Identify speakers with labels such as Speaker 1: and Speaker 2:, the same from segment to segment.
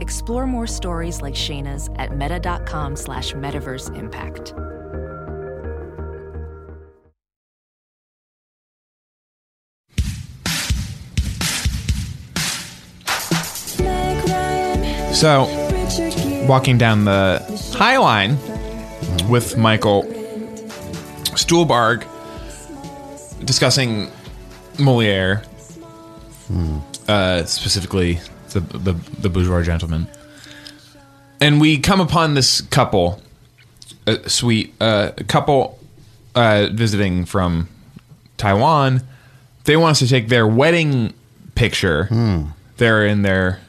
Speaker 1: Explore more stories like Shayna's at meta.com slash metaverse impact.
Speaker 2: So, walking down the High Line with Michael Stuhlbarg, discussing Moliere, uh, specifically the, the the bourgeois gentleman, and we come upon this couple, a sweet uh, couple uh, visiting from Taiwan. They want us to take their wedding picture. They're in their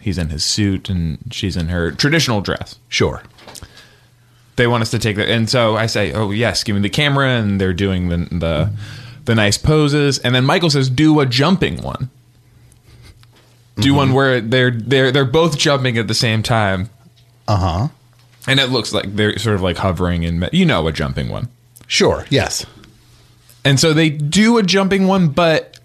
Speaker 2: he's in his suit and she's in her traditional dress.
Speaker 3: Sure.
Speaker 2: They want us to take that, and so I say, "Oh yes, give me the camera." And they're doing the the, the nice poses, and then Michael says, "Do a jumping one. Do one where they're they're they're both jumping at the same time." Uh huh. And it looks like they're sort of like hovering and you know a jumping one.
Speaker 3: Sure. Yes.
Speaker 2: And so they do a jumping one, but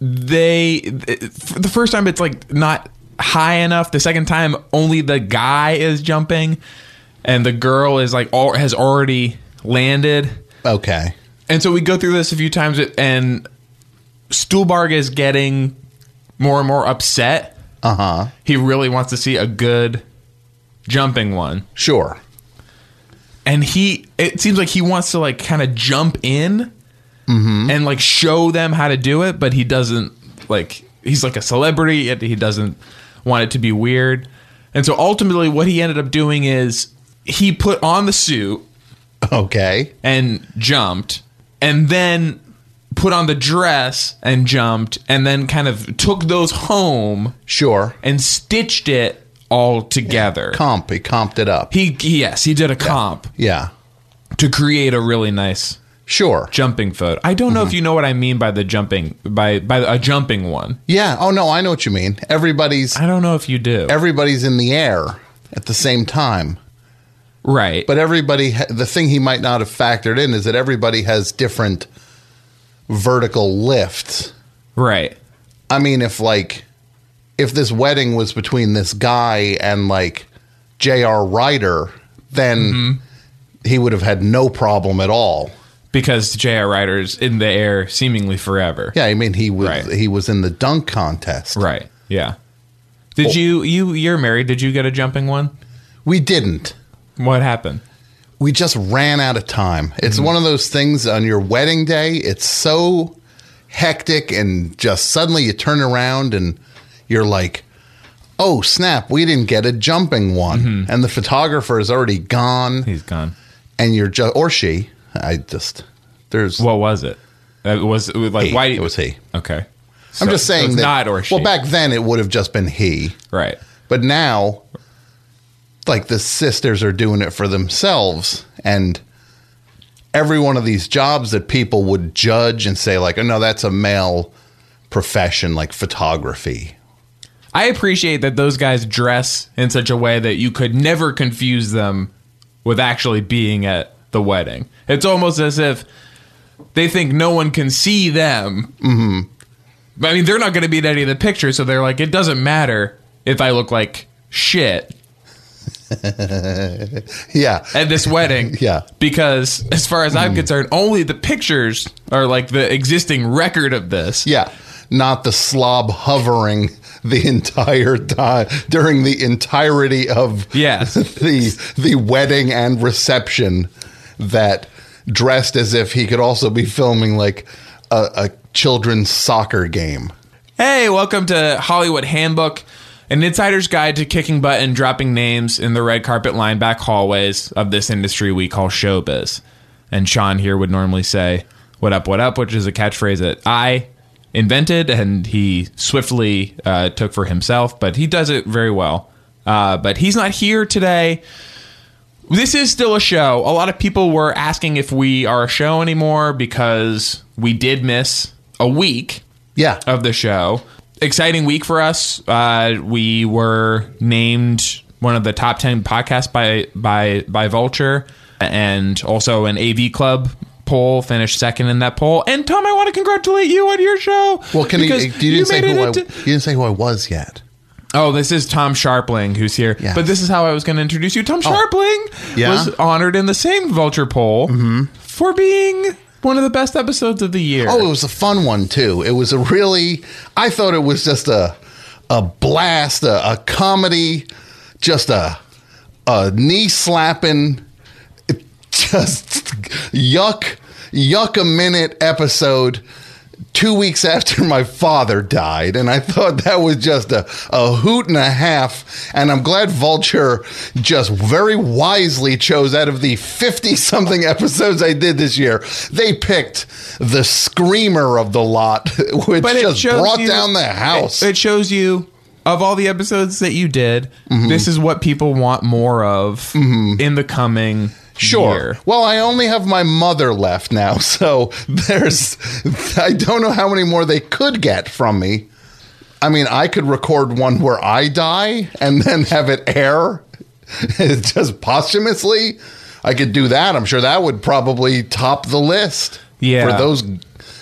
Speaker 2: they f- the first time it's like not high enough. The second time, only the guy is jumping, and the girl is like all has already landed.
Speaker 3: Okay.
Speaker 2: And so we go through this a few times, and Stuhlbarg is getting more and more upset.
Speaker 3: Uh huh.
Speaker 2: He really wants to see a good jumping one,
Speaker 3: Sure.
Speaker 2: and he it seems like he wants to like kind of jump in and like show them how to do it, but he doesn't like he's like a celebrity yet he doesn't want it to be weird. And so ultimately what he ended up doing is he put on the suit
Speaker 3: Okay.
Speaker 2: and jumped and then put on the dress and jumped and then kind of took those home
Speaker 3: Sure.
Speaker 2: and stitched it all together.
Speaker 3: Comp. He comped it up.
Speaker 2: He yes, he did a comp
Speaker 3: yeah.
Speaker 2: to create a really nice
Speaker 3: Sure.
Speaker 2: jumping photo. I don't know
Speaker 3: Mm-hmm.
Speaker 2: if you know what I mean by the jumping by by a jumping one.
Speaker 3: Yeah. Oh no, I know what you mean. Everybody's
Speaker 2: I don't know if you do.
Speaker 3: everybody's in the air at the same time.
Speaker 2: right.
Speaker 3: But everybody, ha- the thing he might not have factored in is that everybody has different vertical lifts.
Speaker 2: right.
Speaker 3: I mean, if like, if this wedding was between this guy and like J.R. Ryder, then he would have had no problem at all.
Speaker 2: Because J.R. Ryder's in the air seemingly forever.
Speaker 3: Yeah, I mean, he was
Speaker 2: Right.
Speaker 3: he was in the dunk contest.
Speaker 2: Right. Yeah. Did you you you're married, did you get a jumping one?
Speaker 3: We didn't.
Speaker 2: What happened?
Speaker 3: We just ran out of time. It's
Speaker 2: Mm-hmm.
Speaker 3: one of those things on your wedding day. It's so hectic, and just suddenly you turn around and you're like, "Oh snap! We didn't get a jumping one,"
Speaker 2: Mm-hmm.
Speaker 3: and the photographer is already gone.
Speaker 2: He's gone.
Speaker 3: and you're just or she. I just there's
Speaker 2: What was it? It was, it was like
Speaker 3: He.
Speaker 2: why
Speaker 3: It was he.
Speaker 2: Okay. So-
Speaker 3: I'm just
Speaker 2: so
Speaker 3: saying
Speaker 2: it's
Speaker 3: that
Speaker 2: not or she.
Speaker 3: well back then it would have just been he,
Speaker 2: Right.
Speaker 3: but now like the sisters are doing it for themselves and every one of these jobs that people would judge and say like oh no that's a male profession like photography
Speaker 2: I appreciate that those guys dress in such a way that you could never confuse them with actually being at the wedding. It's almost as if they think no one can see them. Mm-hmm. I mean, they're not going to be in any of the pictures, so they're like, it doesn't matter if I look like shit
Speaker 3: yeah
Speaker 2: at this wedding.
Speaker 3: Yeah.
Speaker 2: Because as far as I'm concerned, only the pictures are like the existing record of this.
Speaker 3: yeah not the slob hovering the entire time during the entirety of
Speaker 2: Yes.
Speaker 3: the the wedding and reception that dressed as if he could also be filming like a, a children's soccer game
Speaker 2: Hey, welcome to Hollywood Handbook, an insider's guide to kicking butt and dropping names in the red carpet line back hallways of this industry we call showbiz. And Sean here would normally say, What up, what up, which is a catchphrase that I invented and he swiftly uh, took for himself, but he does it very well. Uh, but he's not here today. This is still a show. A lot of people were asking if we are a show anymore because we did miss a week
Speaker 3: Yeah.
Speaker 2: of the show. Exciting week for us. Uh, we were named one of the top ten podcasts by by by Vulture, and also an AV Club poll finished second in that poll. And Tom, I want to congratulate you on your show.
Speaker 3: well, can you,
Speaker 2: because
Speaker 3: you didn't say
Speaker 2: made
Speaker 3: who
Speaker 2: it
Speaker 3: I,
Speaker 2: into-
Speaker 3: you didn't say who I was yet.
Speaker 2: Oh, this is Tom Sharpling who's here.
Speaker 3: Yes. Oh.
Speaker 2: But this is how I was going to introduce you. Tom Sharpling
Speaker 3: Yeah? Mm-hmm.
Speaker 2: was honored in the same Vulture poll for being one of the best episodes of the year.
Speaker 3: Oh, it was a fun one too. It was a really. I thought it was just a a blast, a, a comedy, just a a knee slapping, just yuck yuck a minute episode. Two weeks after my father died, and I thought that was just a, a hoot and a half. And I'm glad Vulture just very wisely chose out of the 50 something episodes I did this year, they picked the screamer of the lot, which
Speaker 2: but it
Speaker 3: just
Speaker 2: shows
Speaker 3: brought
Speaker 2: you-
Speaker 3: down the house.
Speaker 2: It, it shows you of all the episodes that you did,
Speaker 3: Mm-hmm.
Speaker 2: this is what people want more of in the coming year.
Speaker 3: Well, I only have my mother left now, so there's I don't know how many more they could get from me. I mean, I could record one where I die and then have it air just posthumously. I could do that. I'm sure that would probably top the list.
Speaker 2: Yeah. uh,
Speaker 3: For those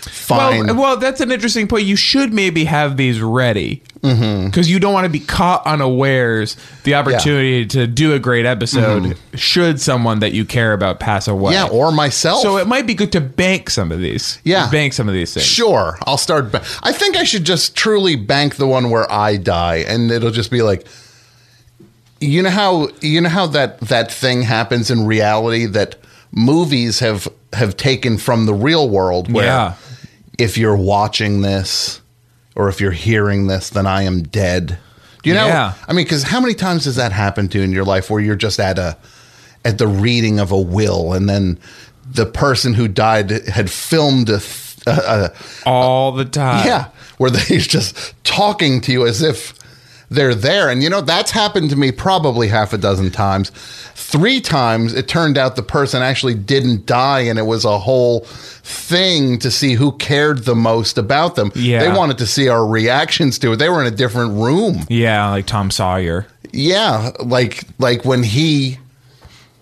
Speaker 3: fine.
Speaker 2: Well, well, that's an interesting point. You should maybe have these ready because
Speaker 3: Mm-hmm.
Speaker 2: you don't want to be caught unawares. The opportunity to do a great episode should someone that you care about pass away.
Speaker 3: Mm-hmm. yeah, or myself.
Speaker 2: so it might be good to bank some of these.
Speaker 3: Yeah.
Speaker 2: bank some of these things.
Speaker 3: Sure, I'll start. Ba- I think I should just truly bank the one where I die, and it'll just be like, you know how you know how that that thing happens in reality that movies have have taken from the real world. Where
Speaker 2: Yeah.
Speaker 3: if you're watching this, or if you're hearing this, then I am dead. Do you know?
Speaker 2: Yeah.
Speaker 3: I mean, because how many times does that happen to you in your life where you're just at a at the reading of a will, and then the person who died had filmed a. Th- a, a
Speaker 2: all the time.
Speaker 3: yeah, where they're just talking to you as if they're there. And you know, that's happened to me probably half a dozen times. Three times it turned out the person actually didn't die, and it was a whole thing to see who cared the most about them.
Speaker 2: Yeah.
Speaker 3: They wanted to see our reactions to it. They were in a different room.
Speaker 2: yeah, like Tom Sawyer.
Speaker 3: Yeah, like like when he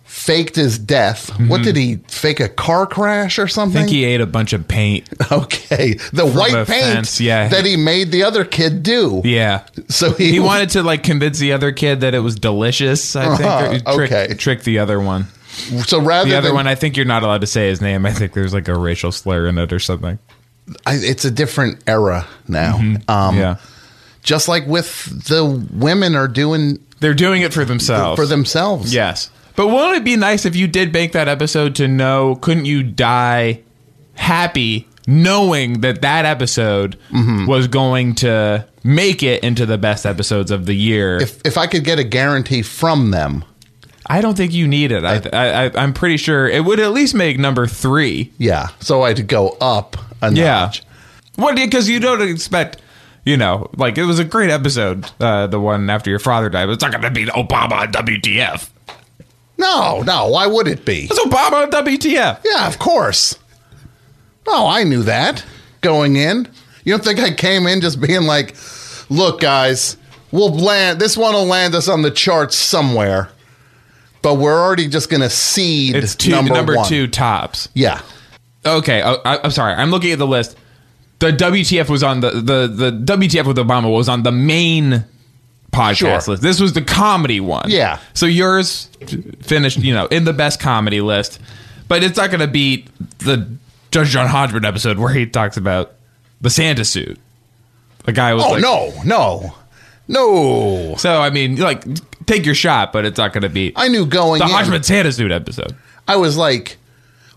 Speaker 3: faked his death. What did he fake a car crash or
Speaker 2: I
Speaker 3: something?
Speaker 2: Mm-hmm. think he ate a bunch of paint.
Speaker 3: okay, the
Speaker 2: a
Speaker 3: white paint
Speaker 2: fence, yeah.
Speaker 3: that he made the other kid do.
Speaker 2: Yeah.
Speaker 3: So he,
Speaker 2: He wanted to like convince the other kid that it was delicious. I think
Speaker 3: Uh-huh,
Speaker 2: or trick,
Speaker 3: okay.
Speaker 2: trick the other one.
Speaker 3: so rather
Speaker 2: The other
Speaker 3: than,
Speaker 2: one, I think you're not allowed to say his name. I think there's like a racial slur in it or something.
Speaker 3: I, it's a different era now. Um,
Speaker 2: Mm-hmm. yeah,
Speaker 3: Just like with the women are doing
Speaker 2: they're doing it for themselves.
Speaker 3: for themselves.
Speaker 2: yes. But wouldn't it be nice if you did make that episode to know? Couldn't you die happy knowing that that episode
Speaker 3: Mm-hmm.
Speaker 2: was going to make it into the best episodes of the year?
Speaker 3: If if I could get a guarantee from them,
Speaker 2: I don't think you need it. I, I, I I'm pretty sure it would at least make number three.
Speaker 3: yeah. So I'd go up a
Speaker 2: Yeah.
Speaker 3: notch.
Speaker 2: What? Because you don't expect, you know, like it was a great episode, uh, the one after your father died. But it's not going to be Obama on WTF.
Speaker 3: No, no. Why would it be?
Speaker 2: It's Obama on WTF.
Speaker 3: Yeah, of course. Oh, I knew that going in. You don't think I came in just being like, "Look, guys, we'll land. This one will land us on the charts somewhere." But we're already just going to seed
Speaker 2: It's two, number,
Speaker 3: number, one.
Speaker 2: two tops.
Speaker 3: Yeah.
Speaker 2: Okay, oh, I, I'm sorry. I'm looking at the list. The WTF was on the the the WTF with Obama was on the main podcast
Speaker 3: Sure.
Speaker 2: list. This was the comedy one.
Speaker 3: Yeah.
Speaker 2: So yours finished, you know, in the best comedy list, but it's not going to beat the Judge John Hodgman episode where he talks about the Santa suit. The guy was
Speaker 3: Oh
Speaker 2: like,
Speaker 3: no, no, no!
Speaker 2: So I mean, like, take your shot, but it's not going to beat
Speaker 3: I knew going
Speaker 2: the
Speaker 3: in.
Speaker 2: Hodgman Santa suit episode.
Speaker 3: I was like,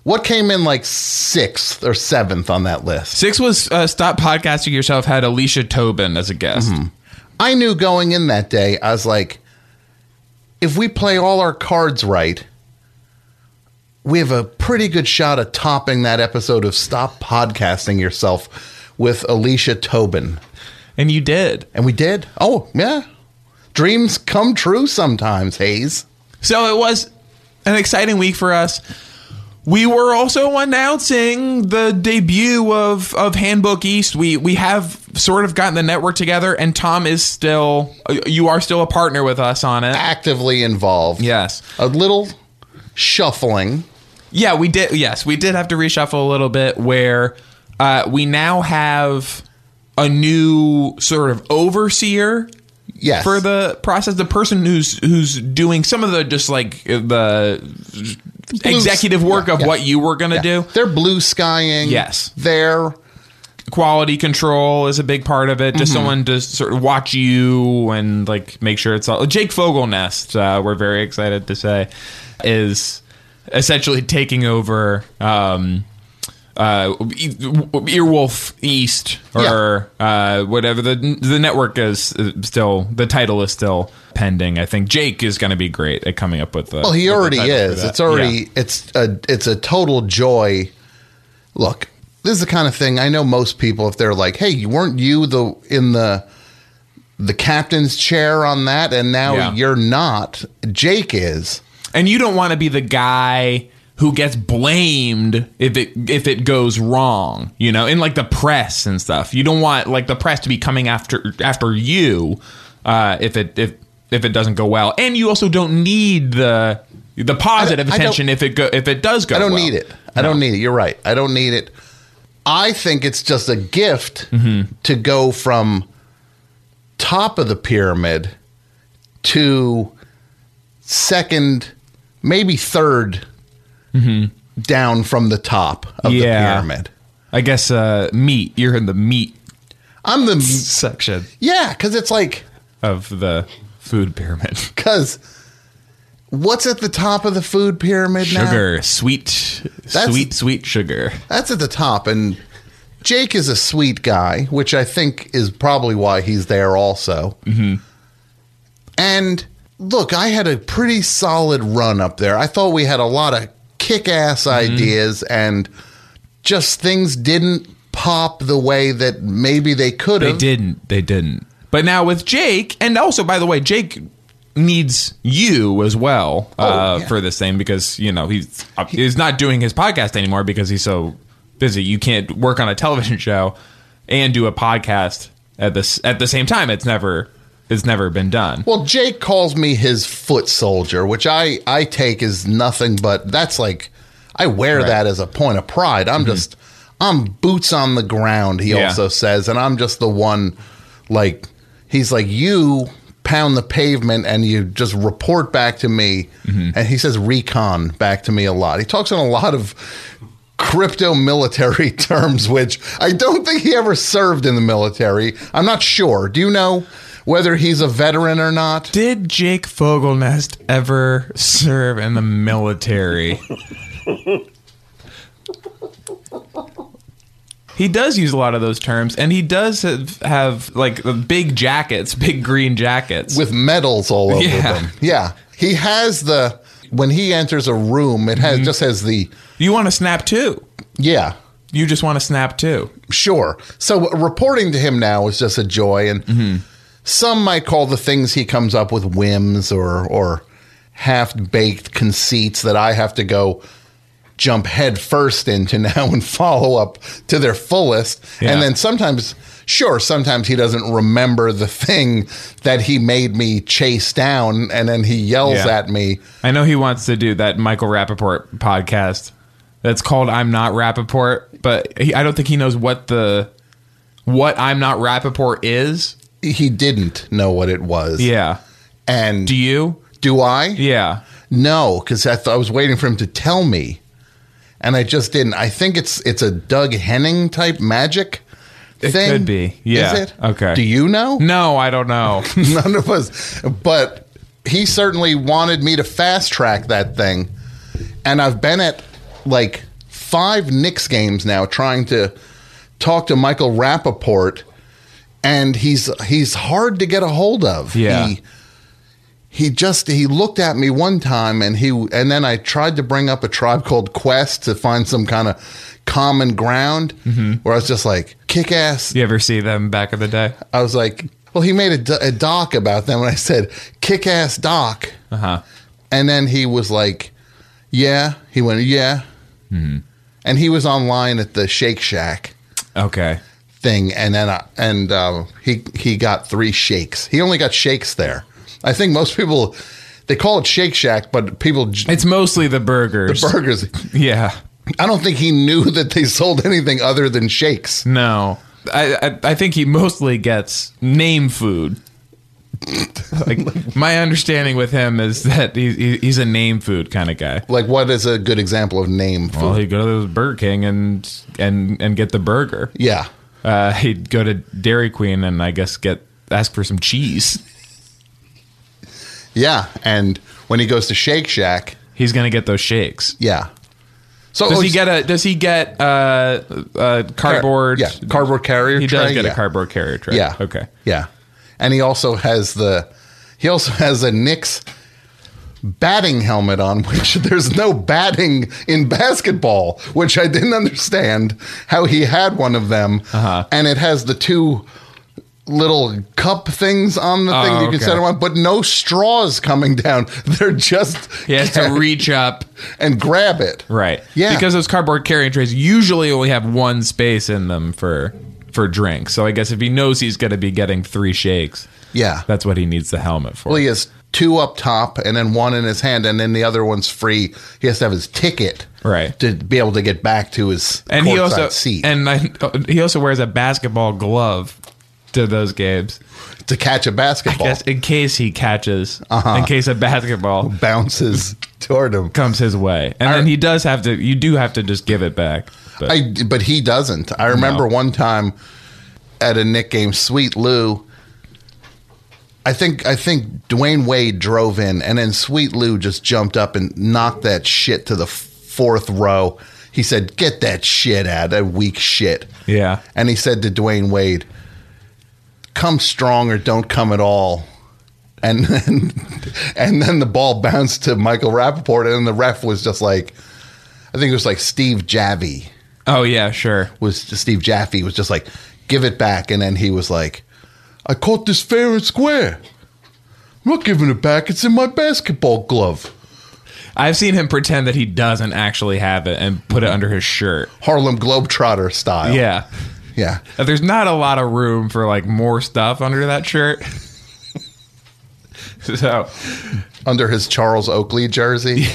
Speaker 3: what came in like sixth or seventh on that list?
Speaker 2: Six was uh, stop podcasting yourself had Alicia Tobin as a guest.
Speaker 3: Mm-hmm. I knew going in that day. I was like, if we play all our cards right, we have a pretty good shot of topping that episode of "Stop Podcasting Yourself" with Alicia Tobin,
Speaker 2: and you did.
Speaker 3: and we did. Oh yeah, dreams come true sometimes, Hayes.
Speaker 2: So it was an exciting week for us. We were also announcing the debut of, of Handbook East. We we have sort of gotten the network together, and Tom is still uh, you are still a partner with us on it.
Speaker 3: Actively involved.
Speaker 2: Yes,
Speaker 3: A little shuffling.
Speaker 2: yeah, we did. Yes, we did have to reshuffle a little bit where uh, we now have a new sort of overseer
Speaker 3: Yes.
Speaker 2: for the process. The person who's who's doing some of the just like uh, the executive work
Speaker 3: yeah,
Speaker 2: of
Speaker 3: yeah.
Speaker 2: what you were gonna
Speaker 3: Yeah.
Speaker 2: do.
Speaker 3: They're blue skying.
Speaker 2: Yes.
Speaker 3: They're
Speaker 2: quality control is a big part of it. Just
Speaker 3: Mm-hmm.
Speaker 2: someone to sort of watch you and like make sure it's all. Jake Fogelnest, uh, we're very excited to say, is essentially taking over um, uh, E- Earwolf East or uh, whatever the the network is uh, still. The title is still pending. I think Jake is going to be great at coming up with the.
Speaker 3: well, he
Speaker 2: with the
Speaker 3: already
Speaker 2: title for
Speaker 3: is.
Speaker 2: that.
Speaker 3: It's already
Speaker 2: Yeah.
Speaker 3: it's a it's a total joy. Look, this is the kind of thing I know most people if they're like, "Hey, you weren't you the in the the captain's chair on that and now
Speaker 2: Yeah.
Speaker 3: you're not. Jake is."
Speaker 2: and you don't want to be the guy who gets blamed if it if it goes wrong you know in like the press and stuff you don't want like the press to be coming after after you uh if it if if it doesn't go well and you also don't need the the positive
Speaker 3: I don't-
Speaker 2: attention if it go if it does go
Speaker 3: I don't
Speaker 2: well.
Speaker 3: need it. I don't need it. You're right. I don't need it. I think it's just a gift
Speaker 2: Mm-hmm.
Speaker 3: to go from top of the pyramid to second, maybe 3rd down from the top of
Speaker 2: Mm-hmm. Yeah.
Speaker 3: the pyramid.
Speaker 2: i guess uh meat you're in the meat
Speaker 3: I'm the
Speaker 2: section
Speaker 3: yeah, because it's like
Speaker 2: of the food pyramid
Speaker 3: because what's at the top of the food pyramid now?
Speaker 2: sugar sweet
Speaker 3: That's-
Speaker 2: sweet sweet sugar
Speaker 3: That's at the top, and Jake is a sweet guy, which I think is probably why he's there also. Mm-hmm. And look, I had a pretty solid run up there. I thought we had a lot of kick ass
Speaker 2: Mm-hmm.
Speaker 3: ideas, and just things didn't pop the way that maybe they could
Speaker 2: They
Speaker 3: have.
Speaker 2: didn't. They didn't. But now with Jake, and also by the way, Jake needs you as well uh,
Speaker 3: yeah.
Speaker 2: for this thing because you know he's uh, he's not doing his podcast anymore because he's so busy. You can't work on a television show and do a podcast at this at the same time. It's never it's never been done.
Speaker 3: Well, Jake calls me his foot soldier, which I I take as nothing but that's like I wear that as a point of pride. I'm just I'm boots on the ground, he
Speaker 2: Mm-hmm. Yeah.
Speaker 3: also says, and I'm just the one like he's like you pound the pavement and you just report back to me and he says recon back to me a lot. He talks in a lot of crypto military terms, which I don't think he ever served in the military. I'm not sure. Do you know whether he's a veteran or not?
Speaker 2: Did Jake Fogelnest ever serve in the military? he does use a lot of those terms, and he does have, have like the big jackets, big green jackets.
Speaker 3: With medals all over
Speaker 2: Yeah.
Speaker 3: them. Yeah. He has the when he enters a room, it has just has the
Speaker 2: you want to snap too?
Speaker 3: yeah.
Speaker 2: You just want to snap too?
Speaker 3: Sure. So reporting to him now is just a joy, and some might call the things he comes up with whims or or half baked conceits that I have to go jump head first into now and follow up to their fullest.
Speaker 2: Yeah.
Speaker 3: And then sometimes, sure, sometimes he doesn't remember the thing that he made me chase down, and then he yells
Speaker 2: Yeah.
Speaker 3: at me.
Speaker 2: I know he wants to do that Michael Rappaport podcast. That's called "I'm Not Rappaport," but he, I don't think he knows what the what "I'm Not Rappaport" is.
Speaker 3: He didn't know what it was.
Speaker 2: Yeah.
Speaker 3: And
Speaker 2: Do you?
Speaker 3: do I?
Speaker 2: Yeah.
Speaker 3: No, because I, th- I was waiting for him to tell me, and I just didn't. I think it's it's a Doug Henning type magic.
Speaker 2: It
Speaker 3: thing.
Speaker 2: could be. Yeah.
Speaker 3: Is it?
Speaker 2: Okay.
Speaker 3: Do you know?
Speaker 2: No, I don't know.
Speaker 3: None of us. But he certainly wanted me to fast track that thing, and I've been at like five Knicks games now trying to talk to Michael Rappaport, and he's he's hard to get a hold of.
Speaker 2: Yeah.
Speaker 3: He, he just he looked at me one time and he and then I tried to bring up a tribe called Quest to find some kind of common ground where I was just like kick ass
Speaker 2: you ever see them back in the day?
Speaker 3: I was like, Well, he made a, do- a doc about them when I said kick ass doc.
Speaker 2: Uh huh.
Speaker 3: And then he was like, yeah. He went, yeah. And he was online at the Shake Shack
Speaker 2: Okay.
Speaker 3: thing. And then, I, and uh, he, he got three shakes. He only got shakes there. I think most people, they call it Shake Shack, but people, j-
Speaker 2: It's mostly the burgers.
Speaker 3: burgers.
Speaker 2: yeah.
Speaker 3: I don't think he knew that they sold anything other than shakes.
Speaker 2: No. I, I I think he mostly gets name food. Like my understanding with him is that he, he, he's a name food kind of guy.
Speaker 3: Like, what is a good example of name food?
Speaker 2: Well, he'd go to Burger King and and and get the burger.
Speaker 3: yeah.
Speaker 2: Uh, he'd go to Dairy Queen and I guess get ask for some cheese.
Speaker 3: Yeah. And when he goes to Shake Shack,
Speaker 2: He's gonna get those shakes.
Speaker 3: yeah. So
Speaker 2: Does
Speaker 3: oh,
Speaker 2: he get a? Does he get uh, a cardboard?
Speaker 3: yeah, cardboard carrier
Speaker 2: He does
Speaker 3: tray,
Speaker 2: get
Speaker 3: yeah.
Speaker 2: a cardboard carrier tray.
Speaker 3: Yeah.
Speaker 2: Okay.
Speaker 3: Yeah. And he also has the he also has a Knicks batting helmet on, which there's no batting in basketball, which I didn't understand how he had one of them. Uh-huh. And it has the two little cup things on the thing
Speaker 2: Oh,
Speaker 3: that you
Speaker 2: okay.
Speaker 3: can set on, but no straws coming down. They're just
Speaker 2: He has to reach up.
Speaker 3: and grab it.
Speaker 2: Right.
Speaker 3: Yeah.
Speaker 2: Because those cardboard carrying trays usually only have one space in them for for drinks. So I guess if he knows he's going to be getting three shakes,
Speaker 3: Yeah.
Speaker 2: that's what he needs the helmet for.
Speaker 3: Well, he has two up top and then one in his hand, and then the other one's free. He has to have his ticket
Speaker 2: Right.
Speaker 3: to be able to get back to his
Speaker 2: and he
Speaker 3: courtside
Speaker 2: also
Speaker 3: seat
Speaker 2: and I, he also wears a basketball glove to those games,
Speaker 3: to catch a basketball.
Speaker 2: just in case he catches,
Speaker 3: Uh-huh.
Speaker 2: in case a basketball
Speaker 3: Bounces toward him.
Speaker 2: comes his way, and then he does have to. You do have to just give it back. But
Speaker 3: I, but he doesn't. I remember one time at a Nick game, Sweet Lou. I think I think Dwayne Wade drove in, and then Sweet Lou just jumped up and knocked that shit to the f- fourth row. He said, "Get that shit out, that weak shit."
Speaker 2: yeah,
Speaker 3: And he said to Dwayne Wade, "Come strong or don't come at all." And then, and then the ball bounced to Michael Rappaport, and the ref was just like, I think it was like Steve Javy
Speaker 2: oh yeah, sure.
Speaker 3: was Steve Jaffe was just like, "Give it back," and then he was like, "I caught this fair and square. I'm not giving it back. It's in my basketball glove."
Speaker 2: I've seen him pretend that he doesn't actually have it and put it under his shirt.
Speaker 3: Harlem Globetrotter style.
Speaker 2: Yeah.
Speaker 3: yeah.
Speaker 2: Uh, There's not a lot of room for like more stuff under that shirt. so,
Speaker 3: Under his Charles Oakley jersey.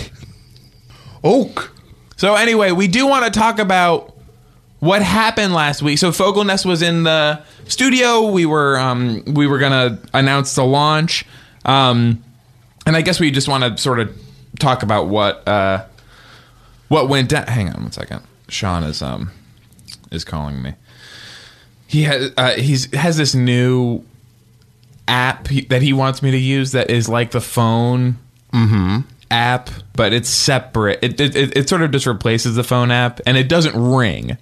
Speaker 3: Oak.
Speaker 2: so anyway, we do want to talk about what happened last week. So Fogelnest was in the studio. We were um, we were gonna announce the launch, um, and I guess we just want to sort of talk about what uh, what went down. Hang on one second. Sean is um is calling me. He has uh, he's has this new app he- that he wants me to use that is like the phone app, but it's separate. It, it, it, it sort of just replaces the phone app and it doesn't ring.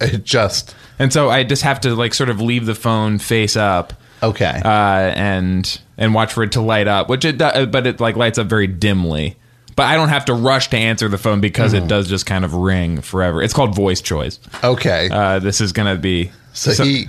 Speaker 3: It just
Speaker 2: And so I just have to like sort of leave the phone face up
Speaker 3: okay.
Speaker 2: uh, and and watch for it to light up, which it does, but it like lights up very dimly. But I don't have to rush to answer the phone because it does just kind of ring forever. It's called voice choice.
Speaker 3: okay.
Speaker 2: Uh, this is gonna be
Speaker 3: so, he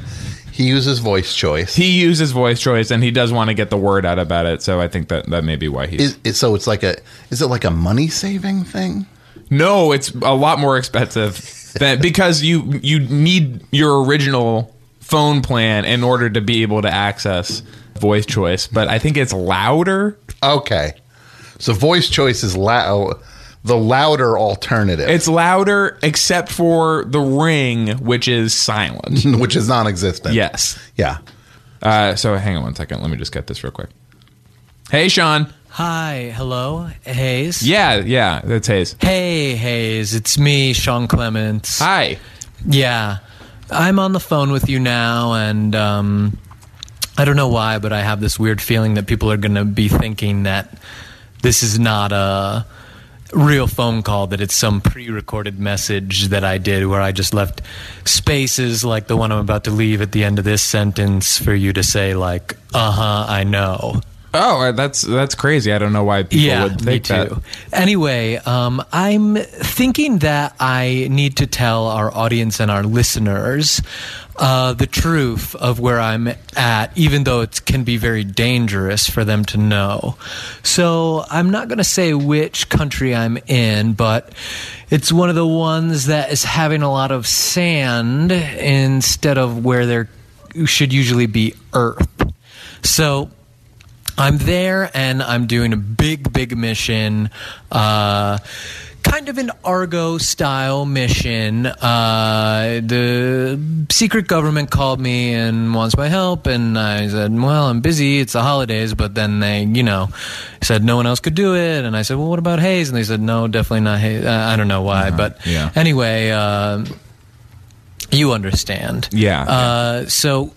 Speaker 3: he uses voice choice.
Speaker 2: he uses voice choice and he does want to get the word out about it. So I think that that may be why he's
Speaker 3: is, is- so it's like a is it like a money saving thing?
Speaker 2: No, it's a lot more expensive than because you you need your original phone plan in order to be able to access voice choice. But I think it's louder.
Speaker 3: Okay. So voice choice is loud, the louder alternative.
Speaker 2: It's louder except for the ring, which is silent.
Speaker 3: which is non-existent.
Speaker 2: yes.
Speaker 3: Yeah.
Speaker 2: Uh, so hang on one second. Let me just get this real quick. Hey, Sean.
Speaker 4: Hi, hello, Hayes.
Speaker 2: Yeah, yeah, that's Hayes.
Speaker 4: Hey, Hayes, it's me, Sean Clements.
Speaker 2: Hi.
Speaker 4: Yeah, I'm on the phone with you now, and um, I don't know why, but I have this weird feeling that people are going to be thinking that this is not a real phone call, that it's some pre recorded message that I did where I just left spaces like the one I'm about to leave at the end of this sentence for you to say, like, uh huh, "Uh-huh, I know.
Speaker 2: Oh, uh, that's that's crazy. I don't know why people
Speaker 4: yeah,
Speaker 2: would think
Speaker 4: me
Speaker 2: that.
Speaker 4: too. Anyway, um, I'm thinking that I need to tell our audience and our listeners uh, the truth of where I'm at, even though it can be very dangerous for them to know. So I'm not going to say which country I'm in, but it's one of the ones that is having a lot of sand instead of where there should usually be earth. So I'm there and I'm doing a big, big mission, uh, kind of an Argo style mission. Uh, the secret government called me and wants my help, and I said, Well, I'm busy, it's the holidays, but then they, you know, said no one else could do it, and I said, Well, what about Hayes? And they said, No, definitely not Hayes. Uh, I don't know why, but
Speaker 2: yeah.
Speaker 4: anyway, uh, you understand.
Speaker 2: Yeah,
Speaker 4: Uh, so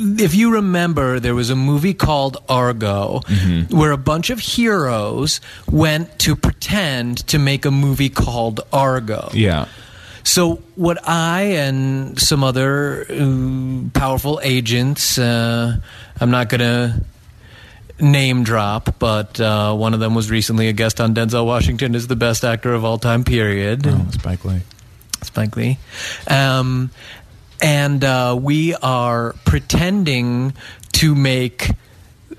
Speaker 4: if you remember, there was a movie called Argo
Speaker 2: Mm-hmm.
Speaker 4: where a bunch of heroes went to pretend to make a movie called Argo.
Speaker 2: Yeah.
Speaker 4: So, what I and some other uh, powerful agents, uh, I'm not going to name drop, but uh, one of them was recently a guest on Denzel Washington is the best actor of all time, period.
Speaker 2: Spike Lee.
Speaker 4: Spike Lee. Um, and uh, we are pretending to make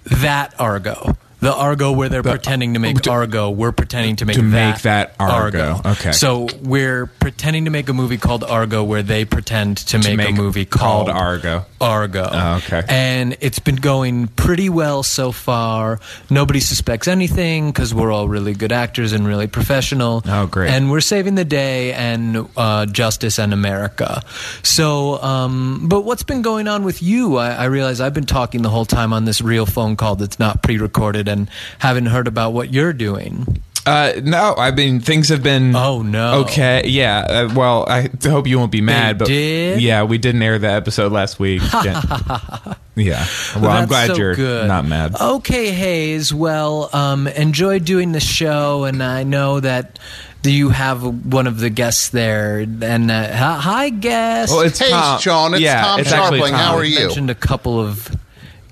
Speaker 4: that Argo. The Argo where they're pretending to make
Speaker 2: uh, to-
Speaker 4: Argo, we're pretending to make
Speaker 2: to
Speaker 4: that,
Speaker 2: make that Argo. Okay.
Speaker 4: So we're pretending to make a movie called Argo where they pretend to make,
Speaker 2: make
Speaker 4: a movie
Speaker 2: called
Speaker 4: called,
Speaker 2: Argo.
Speaker 4: Argo.
Speaker 2: Oh, okay.
Speaker 4: And it's been going pretty well so far. Nobody suspects anything because we're all really good actors and really professional.
Speaker 2: Oh, great.
Speaker 4: And we're saving the day and uh, justice and America. So, um, but what's been going on with you? I, I realize I've been talking the whole time on this real phone call that's not pre recorded and haven't heard about what you're doing.
Speaker 2: Uh, no, I mean things have been.
Speaker 4: Oh, no.
Speaker 2: Okay, yeah. Uh, well, I hope you won't be mad, but
Speaker 4: did?
Speaker 2: yeah, we didn't air the episode last week. yeah. Yeah. Well, I'm
Speaker 4: That's
Speaker 2: glad
Speaker 4: so
Speaker 2: you're
Speaker 4: good. Oh,
Speaker 2: not mad.
Speaker 4: Okay, Hayes. Well, um, enjoy doing the show, and I know that you have one of the guests there. And uh, hi- hi, guest.
Speaker 2: Well, it's
Speaker 3: Hey,
Speaker 2: Tom.
Speaker 3: Sean, it's
Speaker 2: yeah,
Speaker 3: Tom
Speaker 2: it's actually
Speaker 3: Sharpling. Oh, How
Speaker 2: Tom.
Speaker 3: are you?
Speaker 4: mentioned a couple of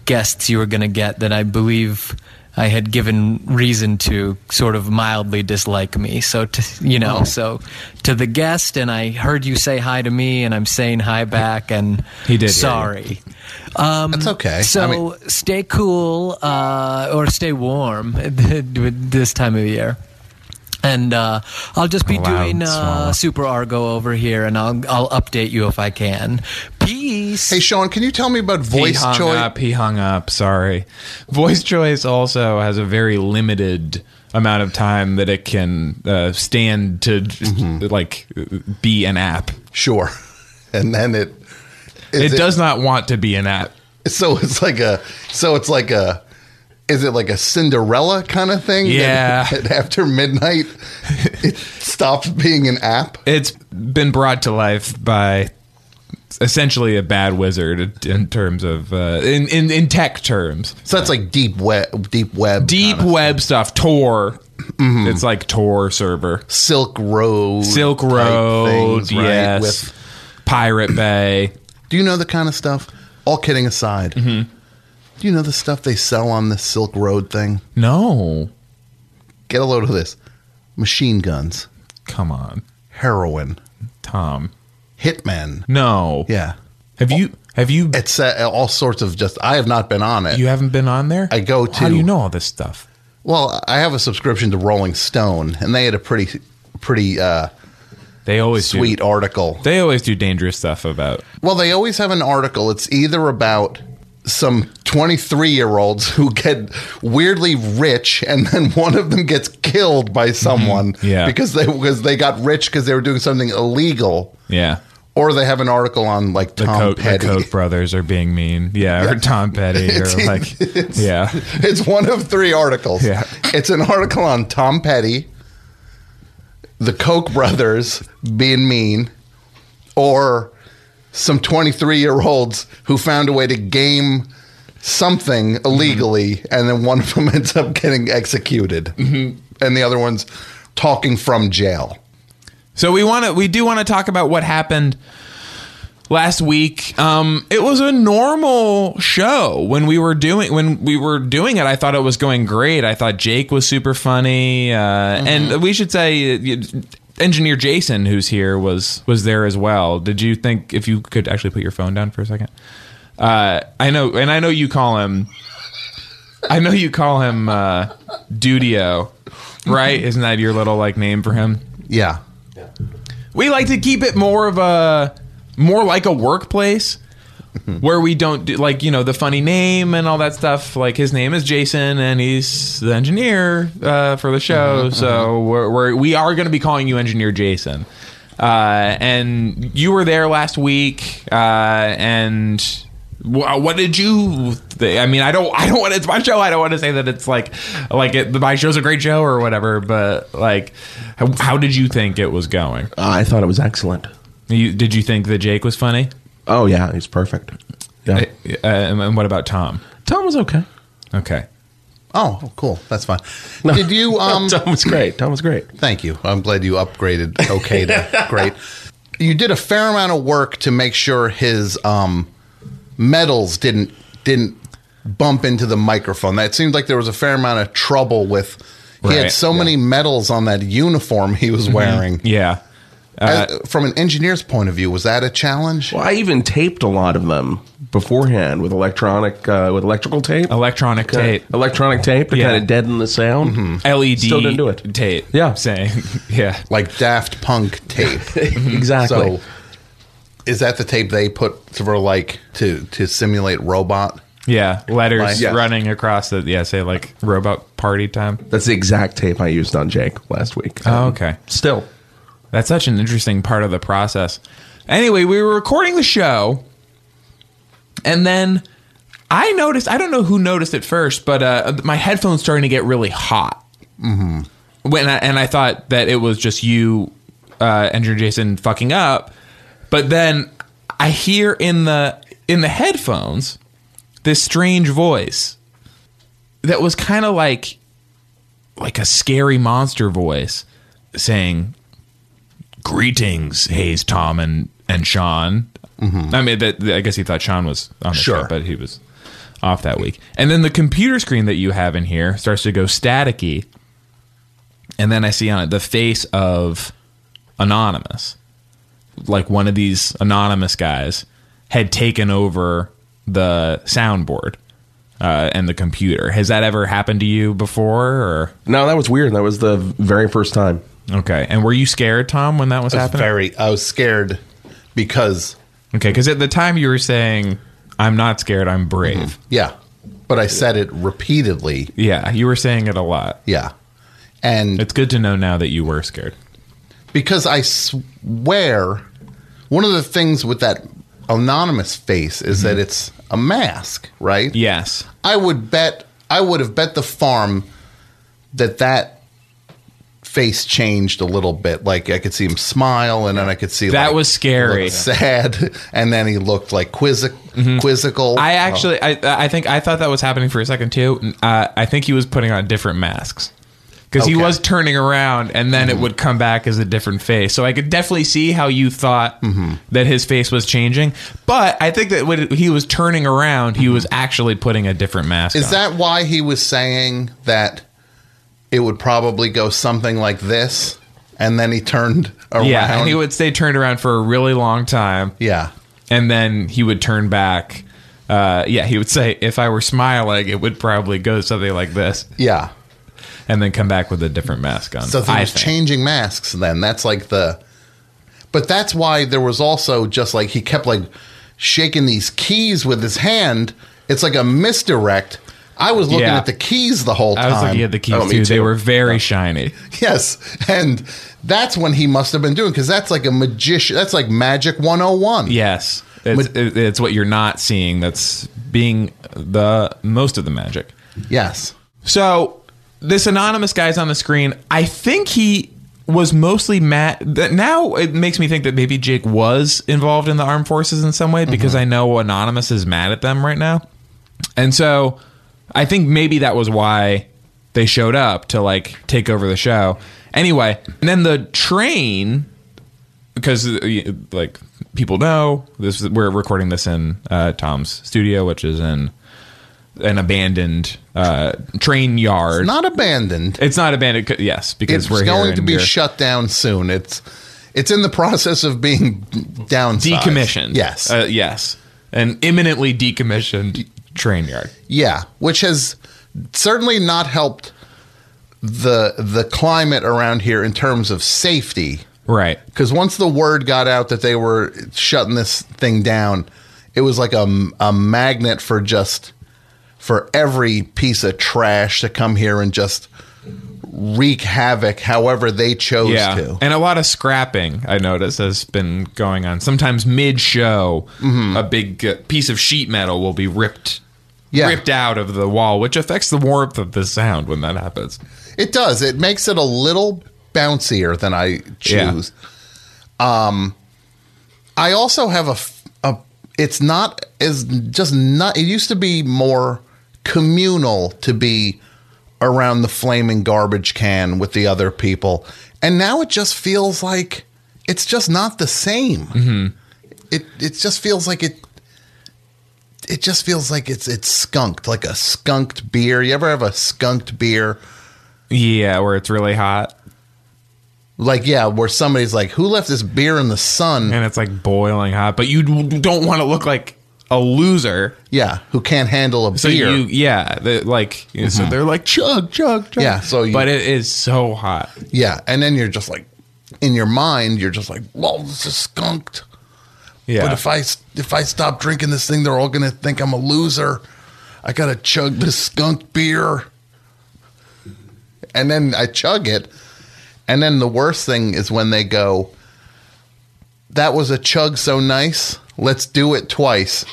Speaker 4: guests you were going to get that I believe I had given reason to sort of mildly dislike me. So to, you
Speaker 3: Oh.
Speaker 4: know, so to the guest, and I heard you say hi to me, and I'm saying hi back, and
Speaker 2: He did hear you.
Speaker 4: Sorry.
Speaker 3: That's okay.
Speaker 4: So
Speaker 3: I mean,
Speaker 4: stay cool uh, or stay warm this time of year. And uh, I'll just be
Speaker 2: Loud
Speaker 4: doing uh,
Speaker 2: swallow.
Speaker 4: Super Argo over here, and I'll I'll update you if I can. Peace.
Speaker 3: hey, Sean, can you tell me about voice
Speaker 2: he hung
Speaker 3: choice?
Speaker 2: up. He hung up. Sorry. Voice choice also has a very limited amount of time that it can uh, stand to like be an app.
Speaker 3: Sure. And then it
Speaker 2: It,
Speaker 3: is
Speaker 2: does not want to be an app.
Speaker 3: So it's like a so it's like a is it like a Cinderella kind of thing? that-
Speaker 2: Yeah.
Speaker 3: that after midnight, it stops being an app.
Speaker 2: It's been brought to life by essentially a bad wizard in terms of uh, in, in in tech terms.
Speaker 3: So that's like deep web, deep web,
Speaker 2: Deep
Speaker 3: kinda.
Speaker 2: web stuff. Tor.
Speaker 3: Mm-hmm.
Speaker 2: It's like Tor server.
Speaker 3: Silk Road,
Speaker 2: Silk
Speaker 3: type
Speaker 2: Road.
Speaker 3: things, right?
Speaker 2: yes.
Speaker 3: With-
Speaker 2: Pirate Bay.
Speaker 3: do you know the kind of stuff? All kidding aside,
Speaker 2: Mm-hmm.
Speaker 3: do you know the stuff they sell on this Silk Road thing?
Speaker 2: No.
Speaker 3: Get a load of this: machine guns,
Speaker 2: Come on,
Speaker 3: heroin,
Speaker 2: Tom.
Speaker 3: hitmen.
Speaker 2: No.
Speaker 3: Yeah,
Speaker 2: Have you have you
Speaker 3: it's uh, all sorts of just. I have not been on it.
Speaker 2: you haven't been on there?
Speaker 3: I go
Speaker 2: How
Speaker 3: to-
Speaker 2: do you know all this stuff?
Speaker 3: Well, I have a subscription to Rolling Stone, and they had a pretty, pretty uh,
Speaker 2: They always do-
Speaker 3: sweet article.
Speaker 2: They always do dangerous stuff about.
Speaker 3: Well, they always have an article. It's either about some 23 year olds who get weirdly rich, and then one of them gets killed by someone
Speaker 2: Mm-hmm. Yeah.
Speaker 3: because they because they got rich because they were doing something illegal.
Speaker 2: Yeah.
Speaker 3: Or they have an article on like
Speaker 2: The
Speaker 3: Tom
Speaker 2: Koch, the
Speaker 3: Petty.
Speaker 2: Koch brothers are being mean. Yeah, or Tom Petty or
Speaker 3: It's-
Speaker 2: like
Speaker 3: it's-
Speaker 2: yeah.
Speaker 3: It's one of three articles.
Speaker 2: Yeah.
Speaker 3: It's an article on Tom Petty, the Koch brothers being mean, or some 23 year olds who found a way to game something illegally, and then one of them ends up getting executed, and the other one's talking from jail.
Speaker 2: So we want to we do want to talk about what happened last week. Um, it was a normal show when we were doing when we were doing it. I thought it was going great. I thought Jake was super funny, uh, and we should say. uh, you- Engineer Jason, who's here, was was there as well. Did you think if you could actually put your phone down for a second? Uh, I know, and I know you call him. I know you call him uh, Dudio, right? Isn't that your little like name for him?
Speaker 3: Yeah.
Speaker 2: We like to keep it more of a more like a workplace where we don't do like you know the funny name and all that stuff. Like his name is Jason, and he's the engineer uh, for the show. So we're, we're we are going to be calling you Engineer Jason. Uh, and you were there last week, uh, and wha- what did you? Th- I mean, I don't, I don't want it's my show. I don't want to say that it's like, like it, my show's a great show or whatever. But like, how, how did you think it was going?
Speaker 5: Uh, I thought it was excellent.
Speaker 2: You, did you think that Jake was funny?
Speaker 5: Oh yeah, he's perfect. Yeah,
Speaker 2: Uh, and and what about Tom?
Speaker 5: Tom was okay.
Speaker 2: Okay.
Speaker 3: Oh, cool. That's fine. Did you um
Speaker 5: Tom was great. Tom was great.
Speaker 3: Thank you. I'm glad you upgraded okay to great. You did a fair amount of work to make sure his um medals didn't didn't bump into the microphone. That seemed like there was a fair amount of trouble with he had
Speaker 2: Right, Mm-hmm.
Speaker 3: so many medals on that uniform he was wearing.
Speaker 2: Yeah.
Speaker 3: As- from an engineer's point of view, was that a challenge?
Speaker 5: Well, I even taped a lot of them beforehand with electronic uh, with electrical tape.
Speaker 2: Electronic
Speaker 5: Kinda-
Speaker 2: tape.
Speaker 5: Electronic tape to
Speaker 2: Yeah. Mm-hmm.
Speaker 5: kind of deaden the sound.
Speaker 2: LED
Speaker 5: Still didn't do it.
Speaker 2: tape.
Speaker 5: Yeah.
Speaker 2: Saying, yeah.
Speaker 3: Like Daft Punk tape.
Speaker 2: Mm-hmm.
Speaker 5: Exactly.
Speaker 3: So is that the tape they put for like to to simulate robot?
Speaker 2: Yeah. Letters
Speaker 3: Like-
Speaker 5: Yeah.
Speaker 2: running across the, yeah, say like robot party time.
Speaker 5: That's the exact tape I used on Jake last week. Um,
Speaker 2: Oh, okay.
Speaker 5: Still,
Speaker 2: That's such an interesting part of the process. Anyway, we were recording the show, and then I noticed I don't know who noticed it first, but uh, my headphones starting to get really hot. Mm-hmm. When I, and I thought that it was just you, uh, Andrew Jason, fucking up. But then I hear in the in the headphones this strange voice that was kind of like like a scary monster voice saying greetings, Hayes, Tom, and and Sean. I mean, that I guess he thought Sean was on the
Speaker 3: Sure.
Speaker 2: show, but he was off that week. And then the computer screen that you have in here starts to go staticky, and then I see on it the face of anonymous, like one of these anonymous guys had taken over the soundboard. Uh, and the computer has that ever happened to you before or
Speaker 5: no, that was weird. That was the very first time.
Speaker 2: okay and were you scared tom when that was
Speaker 3: I was
Speaker 2: happening
Speaker 3: very I was scared because
Speaker 2: Okay, because at the time you were saying, "I'm not scared, I'm brave."
Speaker 3: yeah, but I said it repeatedly.
Speaker 2: Yeah, you were saying it a lot.
Speaker 3: Yeah. And
Speaker 2: It's good to know now that you were scared.
Speaker 3: because I swear one of the things with that anonymous face is
Speaker 2: Mm-hmm.
Speaker 3: that it's a mask, right?
Speaker 2: Yes,
Speaker 3: I would bet I would have bet the farm that that face changed a little bit. Like I could see him smile, and then I could see
Speaker 2: That
Speaker 3: like,
Speaker 2: was scary. Mm-hmm.
Speaker 3: he looked sad, and then he looked like quizzic, quizzical.
Speaker 2: I actually, I, I think I thought that was happening for a second too. Uh, I think he was putting on different masks because he
Speaker 3: Okay.
Speaker 2: was turning around, and then it would come back as a different face. So I could definitely see how you thought that his face was changing, but I think that when he was turning around, he was actually putting a different mask.
Speaker 3: Is
Speaker 2: on.
Speaker 3: that why he was saying that it would probably go something like this? And then he turned around.
Speaker 2: Yeah, and he would stay turned around for a really long time.
Speaker 3: Yeah.
Speaker 2: and then he would turn back. Uh, yeah, he would say, "If I were smiling, it would probably go something like this,"
Speaker 3: Yeah.
Speaker 2: and then come back with a different mask on.
Speaker 3: So he
Speaker 2: I
Speaker 3: was
Speaker 2: think.
Speaker 3: changing masks then. That's like the But that's why there was also just like he kept like shaking these keys with his hand. It's like a misdirect. I was looking
Speaker 2: Yeah.
Speaker 3: at the keys the whole
Speaker 2: I
Speaker 3: time.
Speaker 2: was looking at the keys
Speaker 5: Oh, me
Speaker 2: too. They
Speaker 5: too.
Speaker 2: were very shiny.
Speaker 3: Yes. And that's when he must have been doing cuz that's like a magician. That's like magic 101.
Speaker 2: Yes, it's,
Speaker 3: Would-
Speaker 2: it- it's what you're not seeing. That's being the most of the magic.
Speaker 3: Yes.
Speaker 2: So this anonymous guy's on the screen. I think he was mostly mad. That now it makes me think that maybe Jake was involved in the armed forces in some way because
Speaker 5: Mm-hmm.
Speaker 2: I know anonymous is mad at them right now, and so I think maybe that was why they showed up to like take over the show. Anyway, and then the train because uh, like people know this is- we're recording this in uh, Tom's studio, which is in an abandoned uh, train yard.
Speaker 3: Not abandoned.
Speaker 2: It's not abandoned. c- Yes, because
Speaker 3: It's
Speaker 2: we're here
Speaker 3: going to
Speaker 2: and
Speaker 3: be
Speaker 2: we're
Speaker 3: shut down soon. It's it's in the process of being downsized.
Speaker 2: decommissioned.
Speaker 3: Yes.
Speaker 2: uh, yes, an imminently decommissioned train yard.
Speaker 3: Yeah, which has certainly not helped the the climate around here in terms of safety.
Speaker 2: Right.
Speaker 3: Because once the word got out that they were shutting this thing down, it was like a, a magnet for just for every piece of trash to come here and just wreak havoc however they chose
Speaker 2: yeah,
Speaker 3: to.
Speaker 2: and a lot of scrapping I notice has been going on. Sometimes mid-show,
Speaker 3: Mm-hmm.
Speaker 2: a big uh, piece of sheet metal will be ripped,
Speaker 3: Yeah.
Speaker 2: ripped out of the wall, which affects the warmth of the sound when that happens.
Speaker 3: It does. It makes it a little bouncier than I choose. Um, I also have a, f- a- It's not as just not. It used to be more communal to be around the flaming garbage can with the other people, and now it just feels like it's just not the same. It it just feels like it. It just feels like it's it's skunked, like a skunked beer. You ever have a skunked beer?
Speaker 2: Yeah, where it's really hot
Speaker 3: like yeah where somebody's like who left this beer in the sun
Speaker 2: and it's like boiling hot, but you d- don't want to look like a loser.
Speaker 3: yeah who can't handle a
Speaker 2: So
Speaker 3: beer
Speaker 2: you, yeah, the, like so they're like chug, chug, chug.
Speaker 3: Mm-hmm. Yeah, so you-
Speaker 2: but it is so hot.
Speaker 3: yeah and then you're just like in your mind you're just like well this is skunked
Speaker 2: Yeah,
Speaker 3: but if i if i stop drinking this thing they're all gonna think i'm a loser i gotta chug this skunk beer and then i chug it and then the worst thing is when they go that was a chug so nice let's do it twice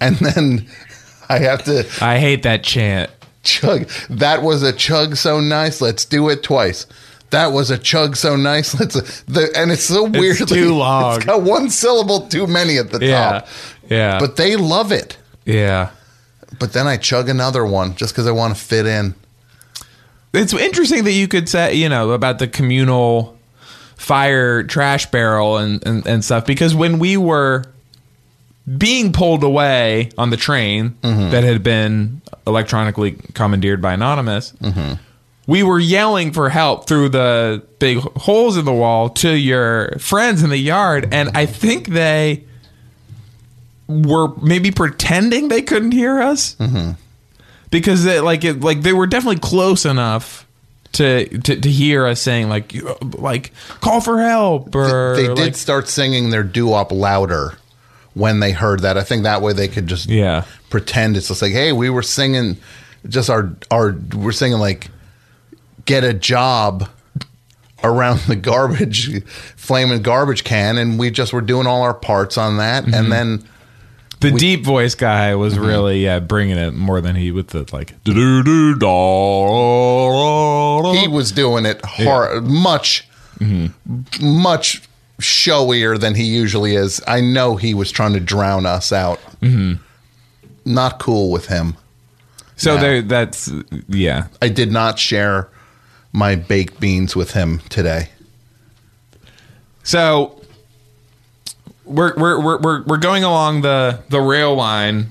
Speaker 3: and then i have to
Speaker 2: I hate that chant.
Speaker 3: chug. That was a chug so nice. Let's do it twice. That was a chug so nice. Let's the and it's so weird.
Speaker 2: too long.
Speaker 3: It's got one syllable too many at the
Speaker 2: Yeah,
Speaker 3: top.
Speaker 2: yeah,
Speaker 3: Oh. But they love it.
Speaker 2: yeah.
Speaker 3: But then I chug another one just because I want to fit in.
Speaker 2: it's interesting that you could say you know about the communal fire trash barrel and, and, and stuff because when we were being pulled away on the train
Speaker 3: Mm-hmm.
Speaker 2: that had been electronically commandeered by anonymous
Speaker 3: Mm-hmm.
Speaker 2: we were yelling for help through the big holes in the wall to your friends in the yard and i think they were maybe pretending they couldn't hear us
Speaker 3: Mm-hmm.
Speaker 2: because they, like it, like they were definitely close enough to, to to hear us saying like you- like call for help or
Speaker 3: They did
Speaker 2: like-
Speaker 3: start singing their doo wop louder when they heard that. I think that way they could just
Speaker 2: Yeah.
Speaker 3: pretend it's just like, hey, we were singing just our our we're singing like get a job around the garbage flaming garbage can and we just were doing all our parts on that and then
Speaker 2: the deep voice guy was really uh, bringing it more than he with the like do do
Speaker 3: he
Speaker 2: da
Speaker 3: was doing it hard much much showier than he usually is i know he was trying to drown us out not cool with him
Speaker 2: so there that's yeah
Speaker 3: I did not share my baked beans with him today.
Speaker 2: So we're we're we're we're, we're going along the the rail line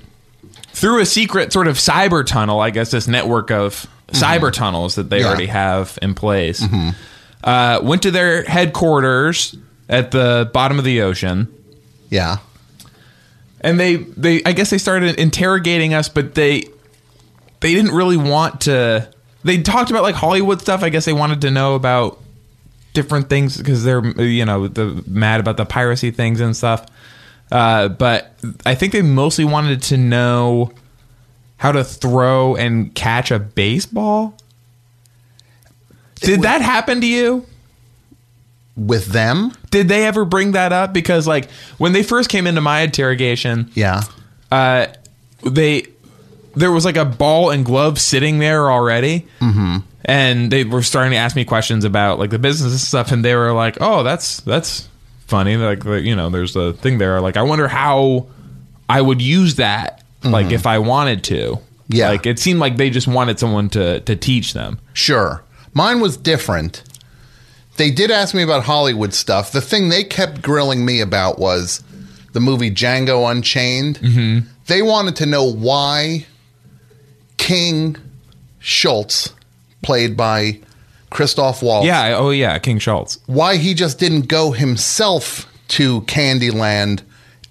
Speaker 2: through a secret sort of cyber tunnel. I guess this network of cyber tunnels that they
Speaker 3: Yeah.
Speaker 2: already have in place. Uh, went to their headquarters at the bottom of the ocean.
Speaker 3: Yeah.
Speaker 2: And they, they, I guess they started interrogating us, but they, they didn't really want to. They talked about like Hollywood stuff. I guess they wanted to know about different things because they're, you know, the, mad about the piracy things and stuff. Uh, but I think they mostly wanted to know how to throw and catch a baseball. Did that happen to you?
Speaker 3: With them?
Speaker 2: Did they ever bring that up? Because like when they first came into my interrogation,
Speaker 3: Yeah.
Speaker 2: uh, they there was like a ball and glove sitting there already mm-hmm. and they were starting to ask me questions about like the business and stuff and they were like oh that's that's funny like you know there's a thing there like i wonder how i would use that like if i wanted to
Speaker 3: Yeah.
Speaker 2: like it seemed like they just wanted someone to to teach them
Speaker 3: Sure. Mine was different. They did ask me about Hollywood stuff. The thing they kept grilling me about was the movie Django Unchained. Mm-hmm. They wanted to know why King Schultz, played by Christoph Waltz,
Speaker 2: Yeah. Oh, yeah. King Schultz.
Speaker 3: why he just didn't go himself to Candyland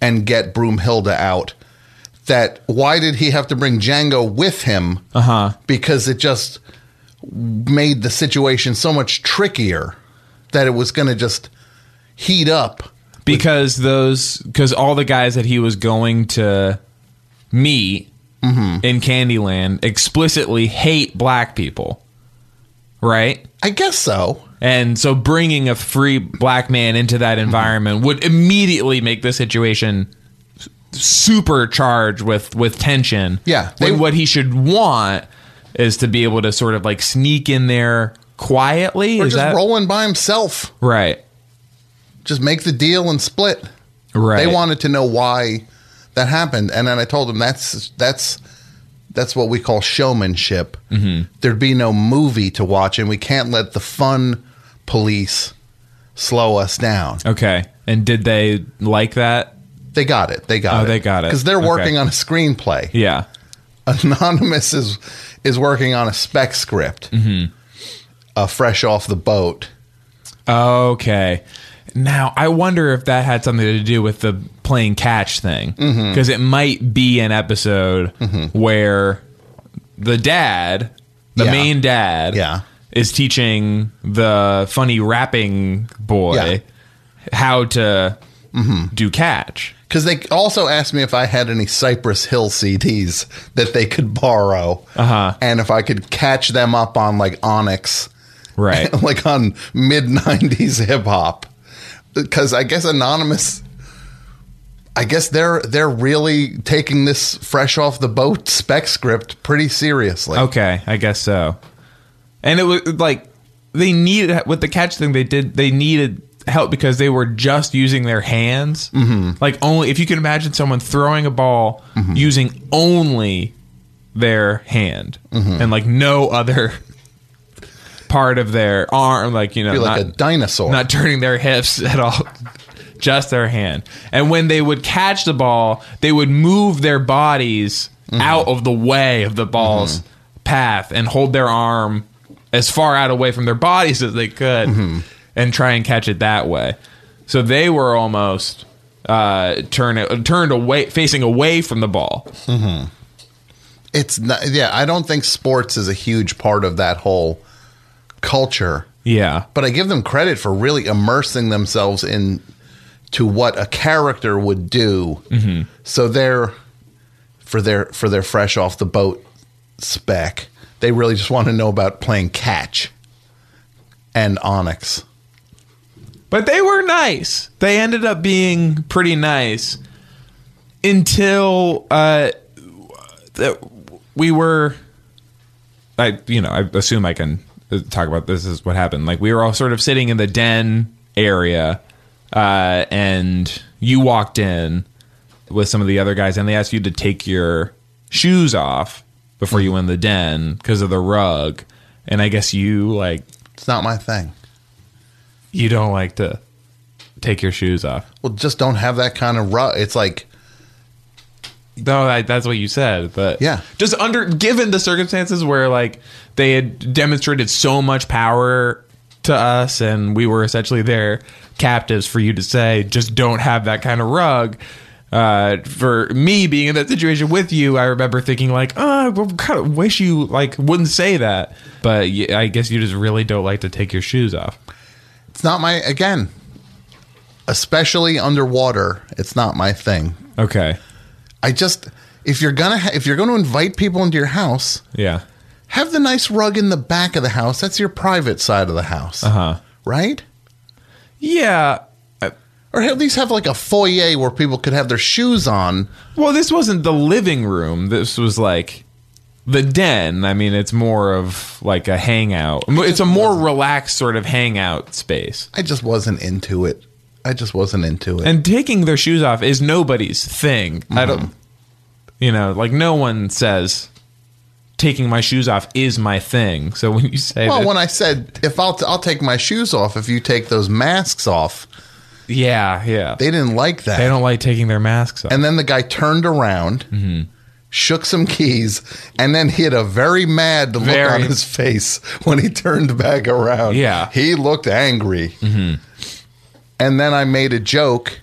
Speaker 3: and get Broomhilda out. That why did he have to bring Django with him? Uh
Speaker 2: Uh-huh.
Speaker 3: huh. Because it just made the situation so much trickier that it was going to just heat up.
Speaker 2: because those because all the guys that he was going to meet
Speaker 3: Mm-hmm.
Speaker 2: in Candyland explicitly hate black people, right?
Speaker 3: I guess so.
Speaker 2: And so bringing a free black man into that
Speaker 3: Mm-hmm.
Speaker 2: environment would immediately make the situation s- supercharged with with tension.
Speaker 3: Yeah,
Speaker 2: When
Speaker 3: they-
Speaker 2: what he should want is to be able to sort of like sneak in there quietly.
Speaker 3: Or
Speaker 2: is
Speaker 3: just
Speaker 2: that
Speaker 3: rolling by himself.
Speaker 2: right?
Speaker 3: Just make the deal and split.
Speaker 2: Right.
Speaker 3: They wanted to know why that happened, and then I told them that's that's that's what we call showmanship. Mm-hmm. There'd be no movie to watch, and we can't let the fun police slow us down.
Speaker 2: Okay. And did they like that?
Speaker 3: They got it. They got
Speaker 2: Oh,
Speaker 3: it.
Speaker 2: they got it.
Speaker 3: because they're
Speaker 2: Okay.
Speaker 3: working on a screenplay.
Speaker 2: Yeah.
Speaker 3: Anonymous is is working on a spec script,
Speaker 2: Mm-hmm.
Speaker 3: uh, fresh off the boat.
Speaker 2: Okay. Now I wonder if that had something to do with the playing catch thing,
Speaker 3: Mm-hmm.
Speaker 2: because it might be an episode where the dad, the
Speaker 3: Yeah.
Speaker 2: main dad,
Speaker 3: Yeah.
Speaker 2: is teaching the funny rapping boy
Speaker 3: Yeah. Mm-hmm.
Speaker 2: how to do catch.
Speaker 3: Because they also asked me if I had any Cypress Hill CDs that they could borrow, uh-huh. and if I could catch them up on like Onyx,
Speaker 2: Right.
Speaker 3: like on mid '90s hip hop. Because I guess Anonymous, I guess they're they're really taking this fresh off the boat spec script pretty seriously.
Speaker 2: Okay, I guess so. And it was like they needed with the catch thing. They did. They needed help because they were just using their hands. Mm-hmm. Like only if you can imagine someone throwing a ball
Speaker 3: Mm-hmm.
Speaker 2: using only their hand
Speaker 3: Mm-hmm.
Speaker 2: and like no other part of their arm. Like you know,
Speaker 3: Be like
Speaker 2: not-
Speaker 3: a dinosaur.
Speaker 2: not turning their hips at all, just their hand. And when they would catch the ball, they would move their bodies out of the way of the ball's path and hold their arm as far out away from their bodies as they could and try and catch it that way. So they were almost uh, turn, turned away, facing away from the ball.
Speaker 3: it's not, yeah. I don't think sports is a huge part of that whole culture.
Speaker 2: Yeah.
Speaker 3: but I give them credit for really immersing themselves in to what a character would do. So they're for their for their fresh off the boat spec. They really just want to know about playing catch and Onyx.
Speaker 2: But they were nice. They ended up being pretty nice until uh, that we were. I you know I assume I can uh, talk about this is what happened. Like we were all sort of sitting in the den area, uh, and you walked in with some of the other guys, and they asked you to take your shoes off before you went in the den because of the rug. And I guess you like
Speaker 3: It's not my thing.
Speaker 2: you don't like to take your shoes off.
Speaker 3: Well, just don't have that kind of rut. It's like
Speaker 2: No, I, that's what you said, but
Speaker 3: Yeah.
Speaker 2: just under given the circumstances where like they had demonstrated so much power to us, and we were essentially their captives for you to say just don't have that kind of rug. Uh, for me being in that situation with you, I remember thinking like, oh, I kind of wish you like wouldn't say that, but y- I guess you just really don't like to take your shoes off.
Speaker 3: it's not my again. Especially underwater, it's not my thing.
Speaker 2: Okay,
Speaker 3: I just if you're gonna ha- if you're gonna invite people into your house,
Speaker 2: yeah,
Speaker 3: have the nice rug in the back of the house. That's your private side of the house. Uh-huh. Right?
Speaker 2: yeah.
Speaker 3: Or at least have like a foyer where people could have their shoes on.
Speaker 2: Well, this wasn't the living room. This was like the den. I mean, it's more of like a hangout. It's a more relaxed sort of hangout space.
Speaker 3: I just wasn't into it. I just wasn't into it.
Speaker 2: And taking their shoes off is
Speaker 3: Mm-hmm.
Speaker 2: nobody's thing. I don't, you know, like no one says, taking my shoes off is my thing. So when you say
Speaker 3: Well,
Speaker 2: that,
Speaker 3: when I said if I'll t- I'll take my shoes off if you take those masks off,
Speaker 2: yeah, yeah,
Speaker 3: they didn't like that.
Speaker 2: they don't like taking their masks off.
Speaker 3: And then the guy turned around,
Speaker 2: Mm-hmm.
Speaker 3: shook some keys, and then he had a very mad look
Speaker 2: Very.
Speaker 3: on his face when he turned back around.
Speaker 2: Yeah. Mm-hmm.
Speaker 3: He looked angry. And then I made a joke,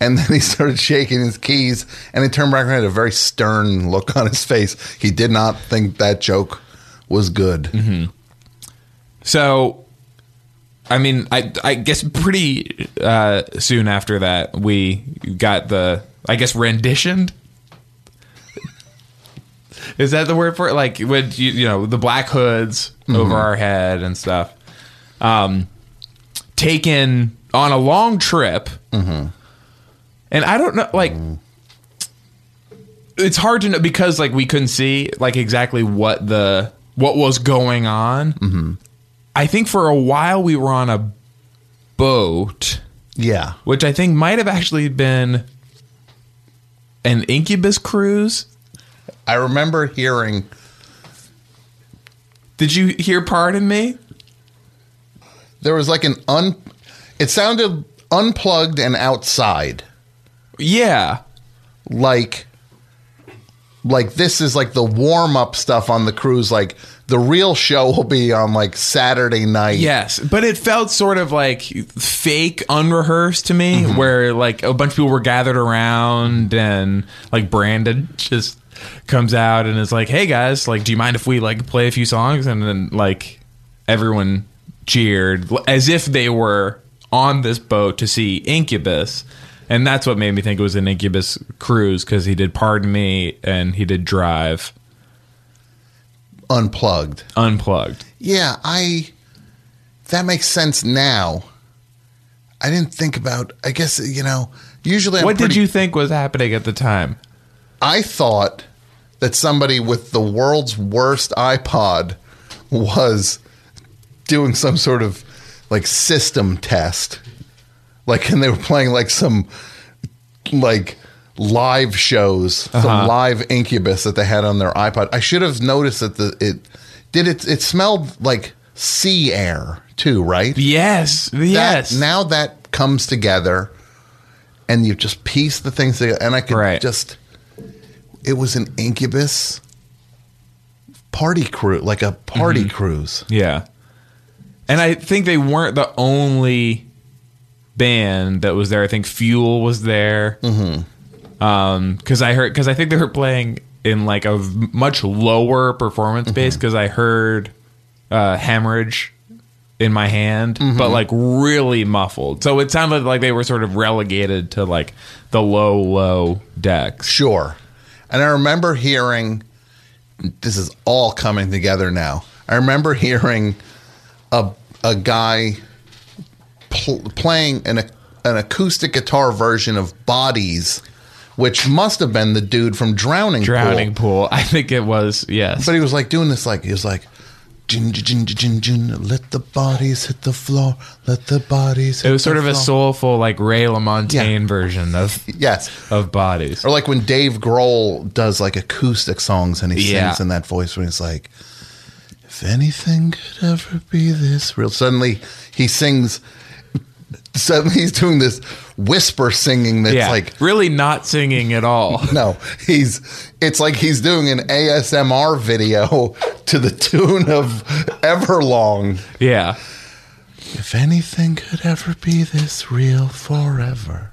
Speaker 3: and then he started shaking his keys, and he turned back around and had a very stern look on his face. He did not think that joke was good.
Speaker 2: Mm-hmm. So, I mean, I I guess pretty uh, soon after that we got the I guess renditioned. Is that the word for it? Like when you you know the black hoods over our head and stuff. Um, taken on a long trip, and I don't know like. It's hard to know because like we couldn't see like exactly what the what was going on. I think for a while we were on a boat,
Speaker 3: Yeah.
Speaker 2: which I think might have actually been an incubus cruise.
Speaker 3: I remember hearing
Speaker 2: Did you hear Pardon Me?
Speaker 3: there was like an un. It sounded unplugged and outside.
Speaker 2: Yeah.
Speaker 3: like like this is like the warm up stuff on the cruise like the real show will be on like Saturday night.
Speaker 2: Yes. But it felt sort of like fake, unrehearsed to me,
Speaker 3: Mm-hmm.
Speaker 2: where like a bunch of people were gathered around and like Brandon just comes out and is like, hey guys, like, do you mind if we like play a few songs? And then like everyone cheered as if they were on this boat to see Incubus. And that's what made me think it was an Incubus cruise because he did Pardon Me and he did Drive
Speaker 3: Unplugged.
Speaker 2: Unplugged.
Speaker 3: Yeah, I that makes sense now. I didn't think about I guess you know, usually I'm
Speaker 2: what
Speaker 3: pretty-
Speaker 2: did you think was happening at the time?
Speaker 3: I thought that somebody with the world's worst iPod was doing some sort of like system test. Like, and they were playing like some like live shows, some live incubus that they had on their iPod. I should have noticed that the it did it it smelled like sea air too, right?
Speaker 2: Yes. Yes.
Speaker 3: That, now that comes together, and you just piece the things together. And I could
Speaker 2: Right.
Speaker 3: just. It was an incubus party cruise, like a party
Speaker 2: Mm-hmm.
Speaker 3: cruise.
Speaker 2: yeah. And I think they weren't the only band that was there. I think Fuel was there. Mm-hmm. Um, because I heard because I think they were playing in like a v- much lower performance base because I heard uh, hemorrhage in my hand, but like really muffled. So it sounded like they were sort of relegated to like the low, low decks.
Speaker 3: Sure. And I remember hearing this is all coming together now. I remember hearing a a guy pl- playing an ac- an acoustic guitar version of Bodies, which must have been the dude from Drowning Pool.
Speaker 2: Drowning pool. I think it was yes.
Speaker 3: But he was like doing this, like he was like, "Jin jin jin jin jin, let the bodies hit the floor, let the bodies." Hit
Speaker 2: It was sort
Speaker 3: the
Speaker 2: of a
Speaker 3: floor."
Speaker 2: soulful, like Ray LaMontagne version of
Speaker 3: Yes,
Speaker 2: of bodies.
Speaker 3: or like when Dave Grohl does like acoustic songs and he
Speaker 2: Yeah.
Speaker 3: sings in that voice when he's like, "If anything could ever be this real," suddenly he sings. Suddenly he's doing this whisper singing that's
Speaker 2: yeah,
Speaker 3: like.
Speaker 2: really not singing at all.
Speaker 3: No, he's. It's like he's doing an ASMR video to the tune of Everlong.
Speaker 2: yeah,
Speaker 3: If anything could ever be this real forever.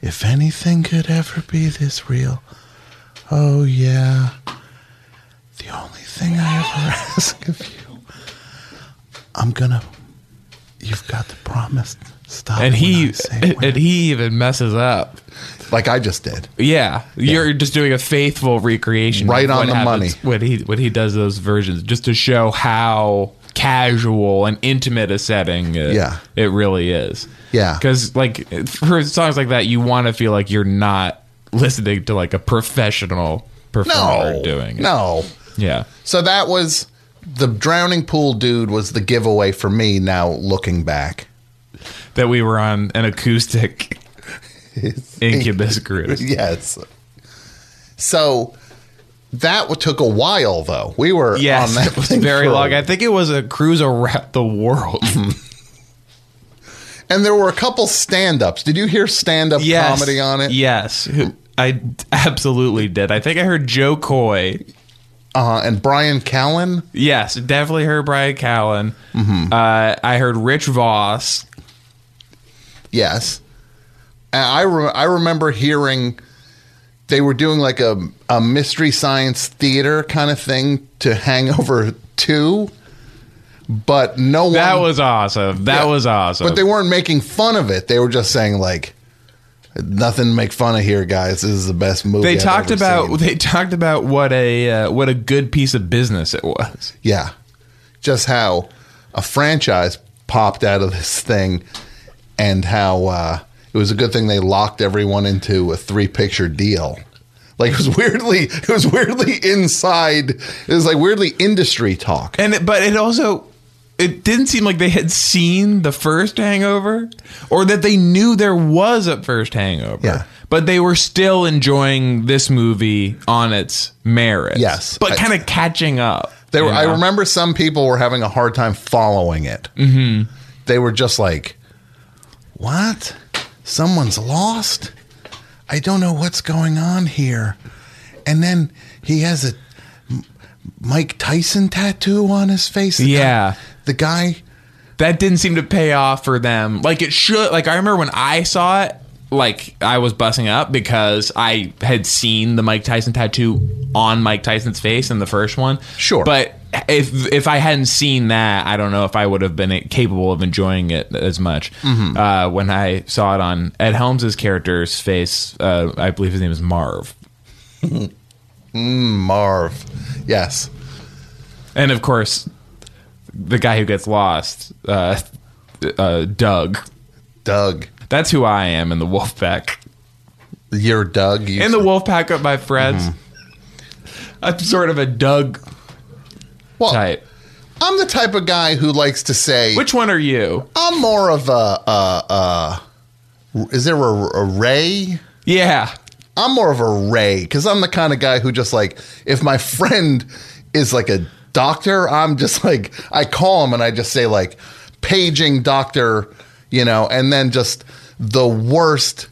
Speaker 3: If anything could ever be this real. Oh, yeah. The only thing I ever ask of you. I'm gonna. You've got the promise. Stop.
Speaker 2: and
Speaker 3: when I
Speaker 2: he
Speaker 3: say when.
Speaker 2: and he even messes up.
Speaker 3: like I just did.
Speaker 2: Yeah, you're just doing a faithful recreation, of
Speaker 3: Right
Speaker 2: what
Speaker 3: on the money.
Speaker 2: happens when he when he does those versions, just to show how casual and intimate a setting. It,
Speaker 3: Yeah.
Speaker 2: it really is.
Speaker 3: Yeah.
Speaker 2: because like for songs like that, you want to feel like you're not listening to like a professional performer
Speaker 3: No.
Speaker 2: doing it.
Speaker 3: No.
Speaker 2: Yeah.
Speaker 3: So that was the drowning pool dude was the giveaway for me now looking back.
Speaker 2: that we were on an acoustic incubus cruise.
Speaker 3: Yes. So That w- took a while, though. We were
Speaker 2: Yes,
Speaker 3: on that
Speaker 2: it was
Speaker 3: thing
Speaker 2: very
Speaker 3: for-
Speaker 2: long. I think it was a cruise around the world.
Speaker 3: and there were a couple stand-ups. Did you hear stand-up comedy on it?
Speaker 2: Yes, I absolutely did. I think I heard Joe Coy.
Speaker 3: Uh, and Brian Callen.
Speaker 2: Yes, definitely heard Brian Callen.
Speaker 3: Mm-hmm.
Speaker 2: Uh, I heard Rich Voss.
Speaker 3: Yes. And I re- I remember hearing they were doing like a a mystery science theater kind of thing to Hangover 2, but no one
Speaker 2: That was awesome. That
Speaker 3: Yeah.
Speaker 2: was awesome.
Speaker 3: But they weren't making fun of it. They were just saying like nothing to make fun of here, guys. This is the best movie.
Speaker 2: They
Speaker 3: I've
Speaker 2: talked
Speaker 3: ever
Speaker 2: about
Speaker 3: seen."
Speaker 2: they talked about what a uh, what a good piece of business it was.
Speaker 3: yeah, just how a franchise popped out of this thing, and how uh, it was a good thing they locked everyone into a three picture deal. Like it was weirdly, it was weirdly inside. It was like weirdly industry talk.
Speaker 2: And it- but it also it didn't seem like they had seen the first hangover or that they knew there was a first hangover.
Speaker 3: Yeah.
Speaker 2: But they were still enjoying this movie on its merits.
Speaker 3: Yes.
Speaker 2: But
Speaker 3: I-
Speaker 2: kind of catching up.
Speaker 3: They were,
Speaker 2: you
Speaker 3: I
Speaker 2: know?
Speaker 3: remember some people were having a hard time following it. Mm-hmm. They were just like, "What? Someone's lost? I don't know what's going on here." And then he has a M- Mike Tyson tattoo on his face. The guy-
Speaker 2: Yeah.
Speaker 3: the guy.
Speaker 2: that didn't seem to pay off for them. Like it should. Like I remember when I saw it, like I was busting up because I had seen the Mike Tyson tattoo on Mike Tyson's face in the first one.
Speaker 3: Sure.
Speaker 2: but if if I hadn't seen that, I don't know if I would have been capable of enjoying it as much. Uh, when I saw it on Ed Helms' character's face, uh, I believe his name is Marv.
Speaker 3: Marv. Yes.
Speaker 2: And of course, the guy who gets lost, uh, uh, Doug.
Speaker 3: Doug.
Speaker 2: That's who I am in the Wolfpack.
Speaker 3: You're Doug. You
Speaker 2: in the wolf pack of my friends. I'm sort of a Doug
Speaker 3: well,
Speaker 2: type.
Speaker 3: I'm the type of guy who likes to say,
Speaker 2: Which one are you?
Speaker 3: I'm more of a, a, a is there a, a Ray?
Speaker 2: Yeah.
Speaker 3: I'm more of a Ray because I'm the kind of guy who just like if my friend is like a doctor, I'm just like I call him and I just say like paging doctor, you know, and then just the worst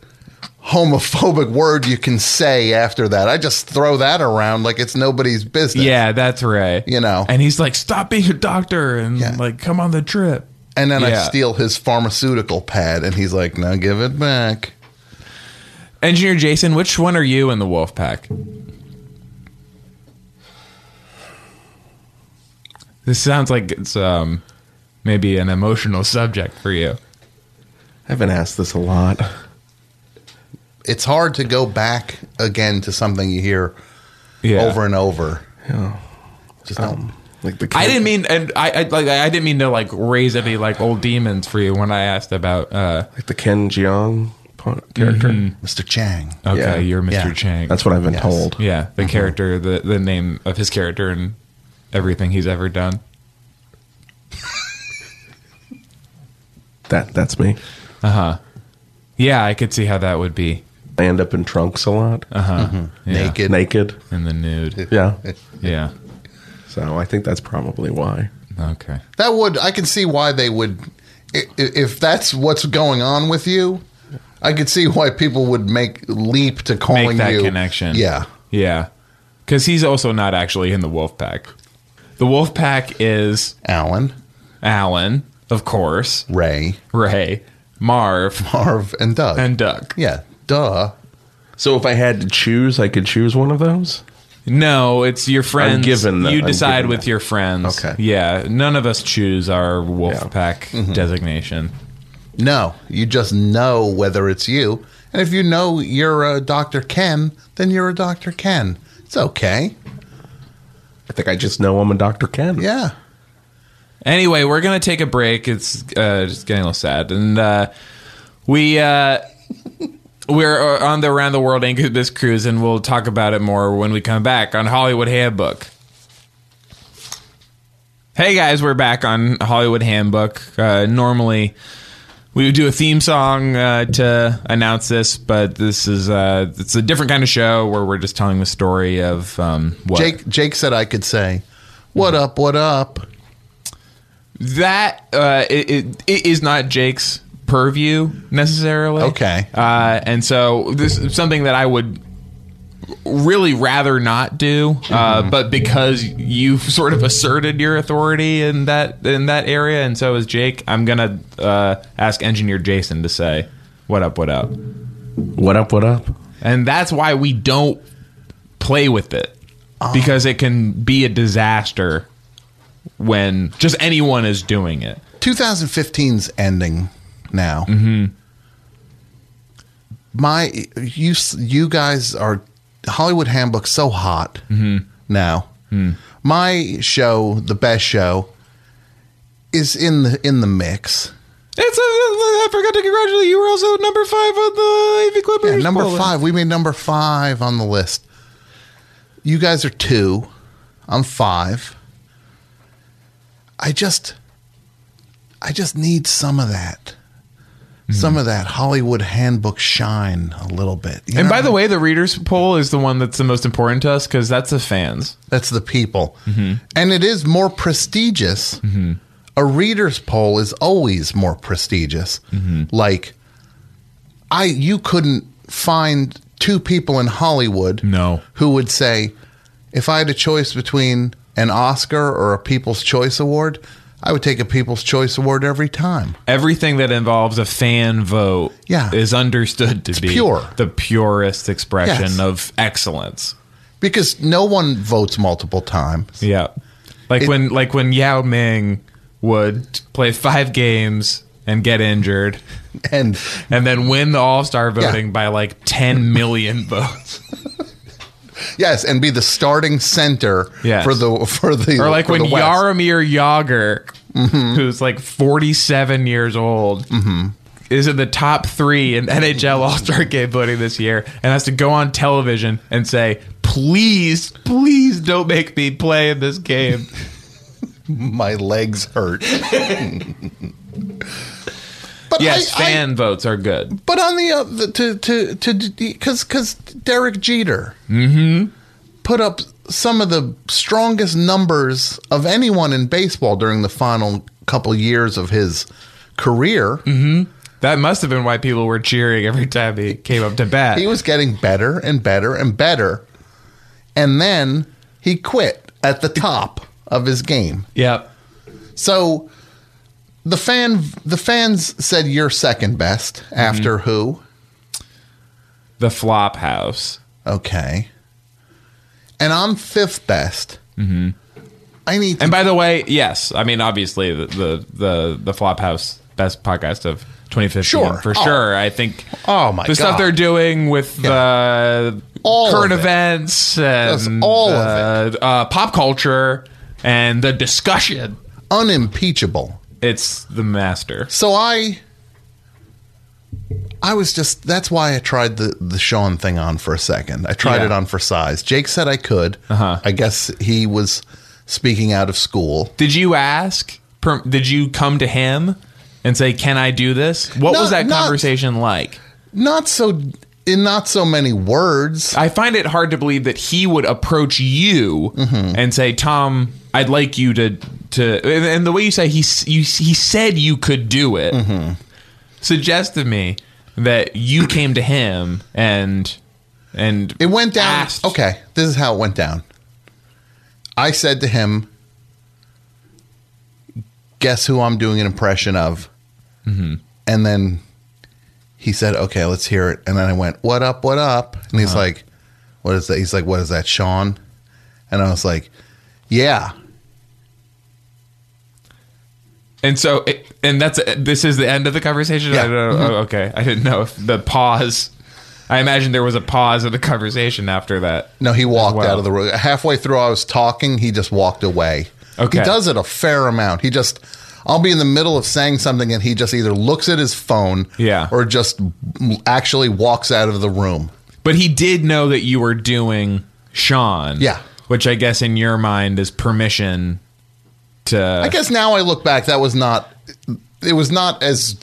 Speaker 3: homophobic word you can say after that. I just throw that around like it's nobody's business.
Speaker 2: Yeah, that's right.
Speaker 3: You know.
Speaker 2: And he's like, stop being a doctor and
Speaker 3: Yeah.
Speaker 2: like come on the trip.
Speaker 3: And then I
Speaker 2: Yeah.
Speaker 3: steal his pharmaceutical pad and he's like, "Now give it back."
Speaker 2: Engineer Jason, which one are you in the wolf pack? This sounds like it's um maybe an emotional subject for you.
Speaker 5: I've been asked this a lot.
Speaker 3: It's hard to go back again to something you hear
Speaker 2: Yeah.
Speaker 3: over and over.
Speaker 5: Just
Speaker 3: Oh.
Speaker 5: um, like the
Speaker 2: I didn't mean, and I, I like, I didn't mean to like raise any like old demons for you when I asked about. uh
Speaker 5: like the Ken Jeong po- character.
Speaker 2: Mm-hmm.
Speaker 3: Mr. Chang.
Speaker 2: Okay,
Speaker 5: Yeah.
Speaker 2: you're Mr.
Speaker 3: Yeah. uh-huh.
Speaker 2: Chang.
Speaker 5: That's what I've been
Speaker 3: Yes.
Speaker 5: told.
Speaker 2: Yeah, the character, the the name of his character, and everything he's ever done.
Speaker 5: That that's me.
Speaker 2: Yeah, I could see how that would be
Speaker 5: I end up in trunks a lot,
Speaker 2: Yeah.
Speaker 3: Naked.
Speaker 5: naked.
Speaker 2: in the nude.
Speaker 5: Uh-huh. Yeah.
Speaker 2: Yeah.
Speaker 5: So I think that's probably why.
Speaker 2: Okay.
Speaker 3: That would I can see why they would i- i- if that's what's going on with you. I could see why people would make leap to calling
Speaker 2: Make that
Speaker 3: you
Speaker 2: connection.
Speaker 3: Yeah,
Speaker 2: Yeah, because he's also not actually in the wolf pack. The wolf pack is
Speaker 3: Alan,
Speaker 2: Alan, of course,
Speaker 3: Ray,
Speaker 2: Ray, Marv,
Speaker 3: Marv, and Doug.
Speaker 2: and Duck.
Speaker 3: yeah, duh.
Speaker 5: So if I had to choose, I could choose one of those.
Speaker 2: No, it's your friends.
Speaker 5: given that.
Speaker 2: You
Speaker 5: I'm
Speaker 2: decide
Speaker 5: given
Speaker 2: with
Speaker 5: that.
Speaker 2: your friends.
Speaker 5: Okay.
Speaker 2: Yeah. None of us choose our wolf
Speaker 5: Yeah. Mm-hmm.
Speaker 2: pack designation.
Speaker 3: No, you just know whether it's you, and if you know you're a Doctor Ken, then you're a Doctor Ken. It's okay.
Speaker 5: I think I just know I'm a Dr. Ken.
Speaker 3: Yeah,
Speaker 2: Anyway, we're gonna take a break. It's uh, just getting a little sad, and uh, we uh, we're uh, on the around the world Incubus cruise, and we'll talk about it more when we come back on Hollywood Handbook. Hey guys, we're back on Hollywood Handbook. Uh, normally, we would do a theme song uh, to announce this, but this is uh, it's a different kind of show where we're just telling the story of um, what
Speaker 3: Jake Jake said I could say, "What up? What up?"
Speaker 2: that uh, it, it, it is not Jake's purview necessarily.
Speaker 3: Okay.
Speaker 2: uh, and so this is something that I would really rather not do, uh, but because you've sort of asserted your authority in that in that area, and so is Jake. I'm gonna uh, ask engineer Jason to say, "What up? What up?"
Speaker 5: What up? What up?
Speaker 2: And that's why we don't play with it because it can be a disaster when just anyone is doing it.
Speaker 3: 2015's ending now. My you s- you guys are Hollywood Handbook so hot now. My show, the best show, is in the in the mix.
Speaker 2: It's a, I forgot to congratulate you. You were also number five on the AV Club.
Speaker 3: Yeah,
Speaker 2: Readers
Speaker 3: number
Speaker 2: poll.
Speaker 3: five. We made number five on the list. You guys are two. I'm five. I just, I just need some of that,
Speaker 2: Mm-hmm.
Speaker 3: some of that Hollywood handbook shine a little bit. You
Speaker 2: And
Speaker 3: know?
Speaker 2: by the way, the readers poll is the one that's the most important to us because that's the fans.
Speaker 3: that's the people,
Speaker 2: Mm-hmm.
Speaker 3: and it is more prestigious. A reader's poll is always more prestigious.
Speaker 2: Mm-hmm.
Speaker 3: Like, I you couldn't find two people in Hollywood
Speaker 2: No.
Speaker 3: who would say, if I had a choice between an Oscar or a People's Choice Award, I would take a People's Choice Award every time.
Speaker 2: Everything that involves a fan vote
Speaker 3: Yeah.
Speaker 2: is understood to be
Speaker 3: pure.
Speaker 2: the purest expression
Speaker 3: Yes.
Speaker 2: of excellence.
Speaker 3: Because no one votes multiple times.
Speaker 2: Yeah. Like
Speaker 3: It-
Speaker 2: when like when Yao Ming would play five games and get injured
Speaker 3: And
Speaker 2: and then win the all-star voting
Speaker 3: Yeah.
Speaker 2: by like 10 million votes.
Speaker 3: yes, and be the starting center
Speaker 2: Yes.
Speaker 3: for the for the
Speaker 2: Or like
Speaker 3: for
Speaker 2: when
Speaker 3: the West. Mm-hmm.
Speaker 2: Yaramir Yager, who's like 47 years old, is in the top three in NHL All Star Game voting this year and has to go on television and say, please, please don't make me play in this game.
Speaker 3: my legs hurt. but
Speaker 2: yes,
Speaker 3: I- I-
Speaker 2: fan votes are good.
Speaker 3: But on the uh, the- to to to because because Derek Jeter put up some of the strongest numbers of anyone in baseball during the final couple years of his career.
Speaker 2: That must have been why people were cheering every time he came up to bat.
Speaker 3: He was getting better and better and better, and then he quit at the top of his game.
Speaker 2: yep.
Speaker 3: So the fan the fans said you're second best after who?
Speaker 2: The flop house.
Speaker 3: Okay. And I'm fifth best. Mm-hmm. I need to,
Speaker 2: And by the way, yes, I mean obviously the the the, the Flophouse best podcast of 2015
Speaker 3: Sure.
Speaker 2: for
Speaker 3: Oh.
Speaker 2: sure. I think
Speaker 3: Oh, my
Speaker 2: the stuff
Speaker 3: God.
Speaker 2: they're doing with uh,
Speaker 3: All of
Speaker 2: current
Speaker 3: it.
Speaker 2: events and
Speaker 3: all
Speaker 2: uh,
Speaker 3: of
Speaker 2: uh, pop culture and the discussion.
Speaker 3: unimpeachable.
Speaker 2: It's the master.
Speaker 3: So I I was just that's why I tried the the Sean thing on for a second. I tried
Speaker 2: Yeah.
Speaker 3: it on for size. Jake said I could. Uh-huh. I guess he was speaking out of school.
Speaker 2: Did you ask? per- Did you come to him and say, "Can I do this?" What was
Speaker 3: Not-
Speaker 2: that
Speaker 3: not-
Speaker 2: conversation like?
Speaker 3: Not so in not so many words.
Speaker 2: I find it hard to believe that he would approach you
Speaker 3: Mm-hmm.
Speaker 2: and say, "Tom, I'd like you to to." And, and the way you say he s- you, s- he said you could do it
Speaker 3: Mm-hmm.
Speaker 2: suggests to me that you came to him and and
Speaker 3: It went down.
Speaker 2: asked-
Speaker 3: Okay, this is how it went down. I said to him, "Guess who I'm doing an impression of?" And then he said, "Okay, let's hear it." And then I went, "What up? What up?" And he's like, "What is that?" He's like, "What is that, Sean?" And I was like, "Yeah."
Speaker 2: And so it, and that's this is the end of the conversation. I
Speaker 3: Yeah. Mm-hmm.
Speaker 2: don't know. Oh, okay, I didn't know if the pause. I imagine there was a pause in the conversation after that.
Speaker 3: No, he walked
Speaker 2: well.
Speaker 3: out of the room. Halfway through, I was talking. He just walked away.
Speaker 2: Okay.
Speaker 3: He does it a fair amount. He just, I'll be in the middle of saying something and he just either looks at his phone
Speaker 2: Yeah.
Speaker 3: or just actually walks out of the room.
Speaker 2: But he did know that you were doing Sean.
Speaker 3: Yeah.
Speaker 2: Which I guess in your mind is permission to.
Speaker 3: I guess now I look back, that was not, it was not as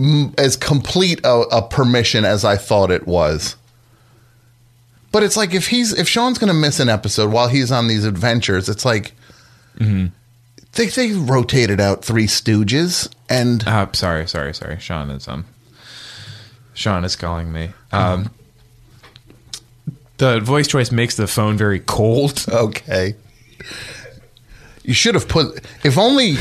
Speaker 3: m- as complete a, a permission as I thought it was. But it's like if he's if Sean's going to miss an episode while he's on these adventures, it's like
Speaker 2: Mm-hmm.
Speaker 3: they they rotated out Three Stooges and
Speaker 2: Uh, sorry, sorry, sorry. Sean is um. Sean is calling me. Um, the voice choice makes the phone very cold.
Speaker 3: okay. You should have put if only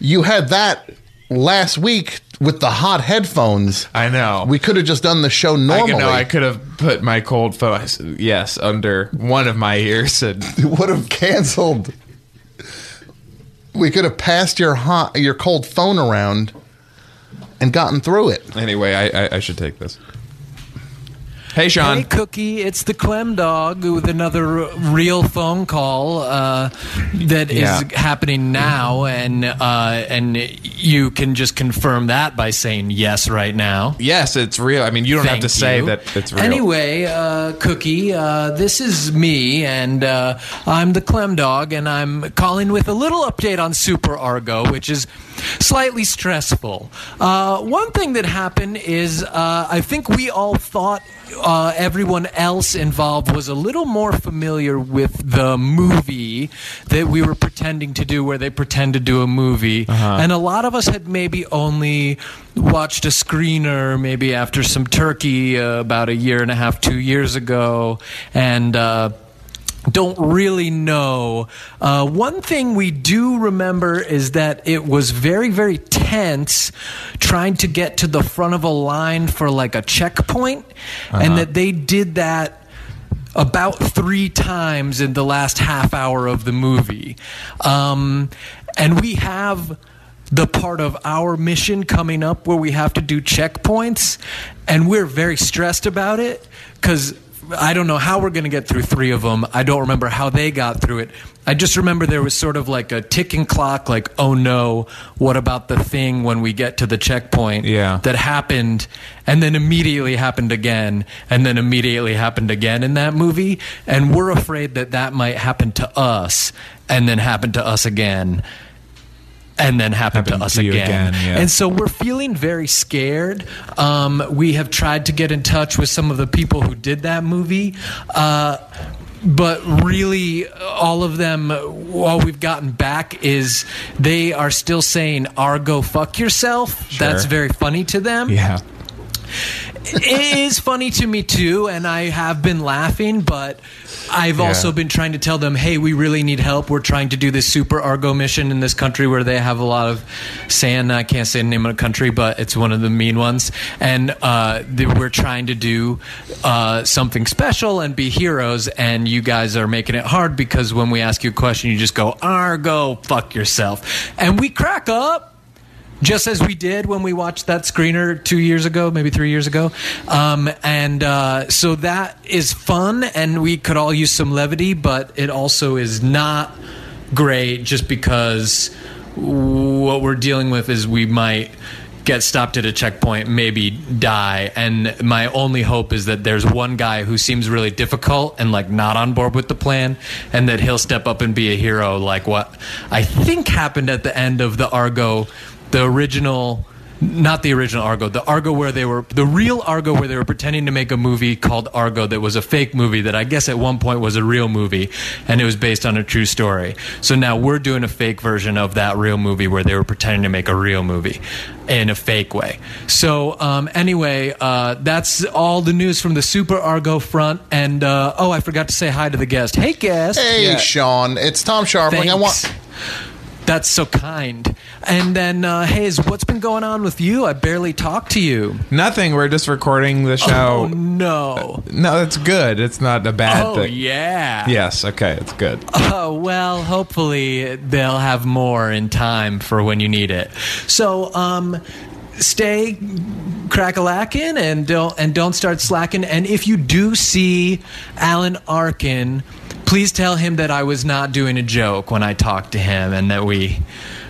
Speaker 3: you had that last week with the hot headphones.
Speaker 2: I know.
Speaker 3: We could have just done the show
Speaker 2: I
Speaker 3: normally.
Speaker 2: could, know I could have put my cold phone, yes, under one of my ears and
Speaker 3: It would have canceled. We could have passed your hot, your cold phone around and gotten through it.
Speaker 2: Anyway, I, I, I should take this. Hey, Sean.
Speaker 4: Hey, Cookie, it's the Clem Dog with another r- real phone call uh, that is
Speaker 2: Yeah.
Speaker 4: happening now, and uh, and you can just confirm that by saying yes right now.
Speaker 2: yes, it's real. I mean, you don't have
Speaker 4: Thank
Speaker 2: to say
Speaker 4: you.
Speaker 2: that it's real.
Speaker 4: Anyway, uh, Cookie, uh, this is me, and uh, I'm the Clem Dog, and I'm calling with a little update on Super Argo, which is slightly stressful. Uh, one thing that happened is uh, I think we all thought uh, everyone else involved was a little more familiar with the movie that we were pretending to do, where they pretend to do a movie.
Speaker 2: Uh-huh.
Speaker 4: And a lot of us had maybe only watched a screener, maybe after some turkey uh, about a year and a half, two years ago. And. Uh, don't really know. Uh, one thing we do remember is that it was very, very tense trying to get to the front of a line for like a checkpoint, and that they did that about three times in the last half hour of the movie. Um, and we have the part of our mission coming up where we have to do checkpoints, and we're very stressed about it because I don't know how we're going to get through three of them. I don't remember how they got through it. I just remember there was sort of like a ticking clock, like, oh no, what about the thing when we get to the checkpoint?
Speaker 2: Yeah.
Speaker 4: That happened and then immediately happened again and then immediately happened again in that movie and we're afraid that that might happen to us and then happen to us again and then happen to
Speaker 2: Happen
Speaker 4: us
Speaker 2: to you
Speaker 4: again,
Speaker 2: again, yeah.
Speaker 4: and so we're feeling very scared um, we have tried to get in touch with some of the people who did that movie uh, but really uh, all of them all we've gotten back is they are still saying argo fuck yourself that's very funny to them
Speaker 2: yeah.
Speaker 4: it is funny to me too, and I have been laughing, but I've
Speaker 2: Yeah.
Speaker 4: also been trying to tell them, hey, we really need help. We're trying to do this super Argo mission in this country where they have a lot of sand. I can't say the name of the country, but it's one of the mean ones. And uh, th- we're trying to do uh, something special and be heroes, and you guys are making it hard because when we ask you a question, you just go, Argo, fuck yourself. And we crack up just as we did when we watched that screener two years ago, maybe three years ago. Um, and uh, so that is fun, and we could all use some levity, but it also is not great just because what we're dealing with is we might get stopped at a checkpoint, maybe die. And my only hope is that there's one guy who seems really difficult and like not on board with the plan, and that he'll step up and be a hero, like what I think happened at the end of the Argo, the original. Not the original Argo, the Argo where they were, the real Argo where they were pretending to make a movie called Argo that was a fake movie that I guess at one point was a real movie and it was based on a true story. So now we're doing a fake version of that real movie where they were pretending to make a real movie in a fake way. So um, anyway, uh, that's all the news from the Super Argo front. And uh, oh, I forgot to say hi to the guest. Hey, guest.
Speaker 3: Hey,
Speaker 4: Yeah.
Speaker 3: Sean, it's Tom Sharpling. I
Speaker 4: Thanks.
Speaker 3: want
Speaker 4: That's so kind. And then, uh, Hayes, what's been going on with you? I barely talked to you. Oh,
Speaker 2: Nothing. We're just recording
Speaker 3: Oh,
Speaker 2: the show.
Speaker 4: no.
Speaker 2: No, that's good. It's not a bad
Speaker 4: Oh,
Speaker 2: thing.
Speaker 4: yeah.
Speaker 2: Yes. Okay. It's good.
Speaker 4: Oh, well, hopefully they'll have more in time for when you need it. So, um, stay crackalackin' and don't and don't start slacking. And if you do see Alan Arkin, please tell him that I was not doing a joke when I talked to him, and that we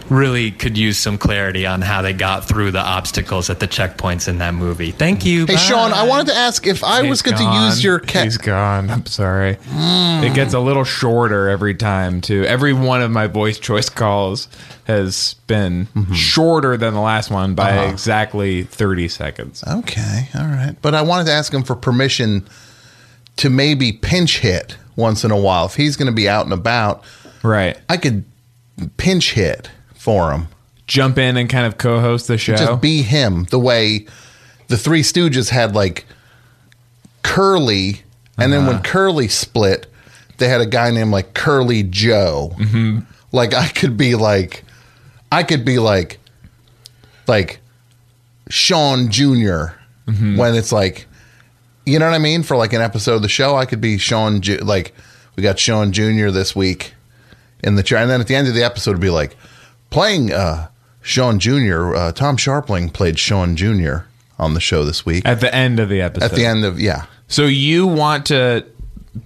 Speaker 4: really could use some clarity on how they got through the obstacles at the checkpoints in that movie. Thank you.
Speaker 3: Hey, Sean, I wanted to ask if I was going to use your Hmm.
Speaker 2: cat.
Speaker 3: cat.
Speaker 2: He's gone. I'm sorry. It gets a little shorter every time too. Every one of my voice choice calls has been
Speaker 3: Mm-hmm.
Speaker 2: shorter than the last one by
Speaker 3: Uh-huh.
Speaker 2: exactly 30 seconds.
Speaker 3: Uh. Okay, all right. But I wanted to ask him for permission to maybe pinch hit once in a while. If he's going to be out and about,
Speaker 2: Right.
Speaker 3: I could pinch hit for him.
Speaker 2: Jump in and kind of co-host the show.
Speaker 3: Just be him the way the Three Stooges had like Curly, and then when Curly split, they had a guy named like Curly Joe. Like I could be like, I could be like, like Sean junior when it's like, you know what I mean? For like an episode of the show, I could be Sean. Ju- like we got Sean Junior this week in the chair, and then at the end of the episode, it'd be like playing uh, Sean Junior. Uh, Tom Sharpling played Sean Junior on the show this week. At,
Speaker 2: at the end of the episode.
Speaker 3: the end of yeah,
Speaker 2: So you want to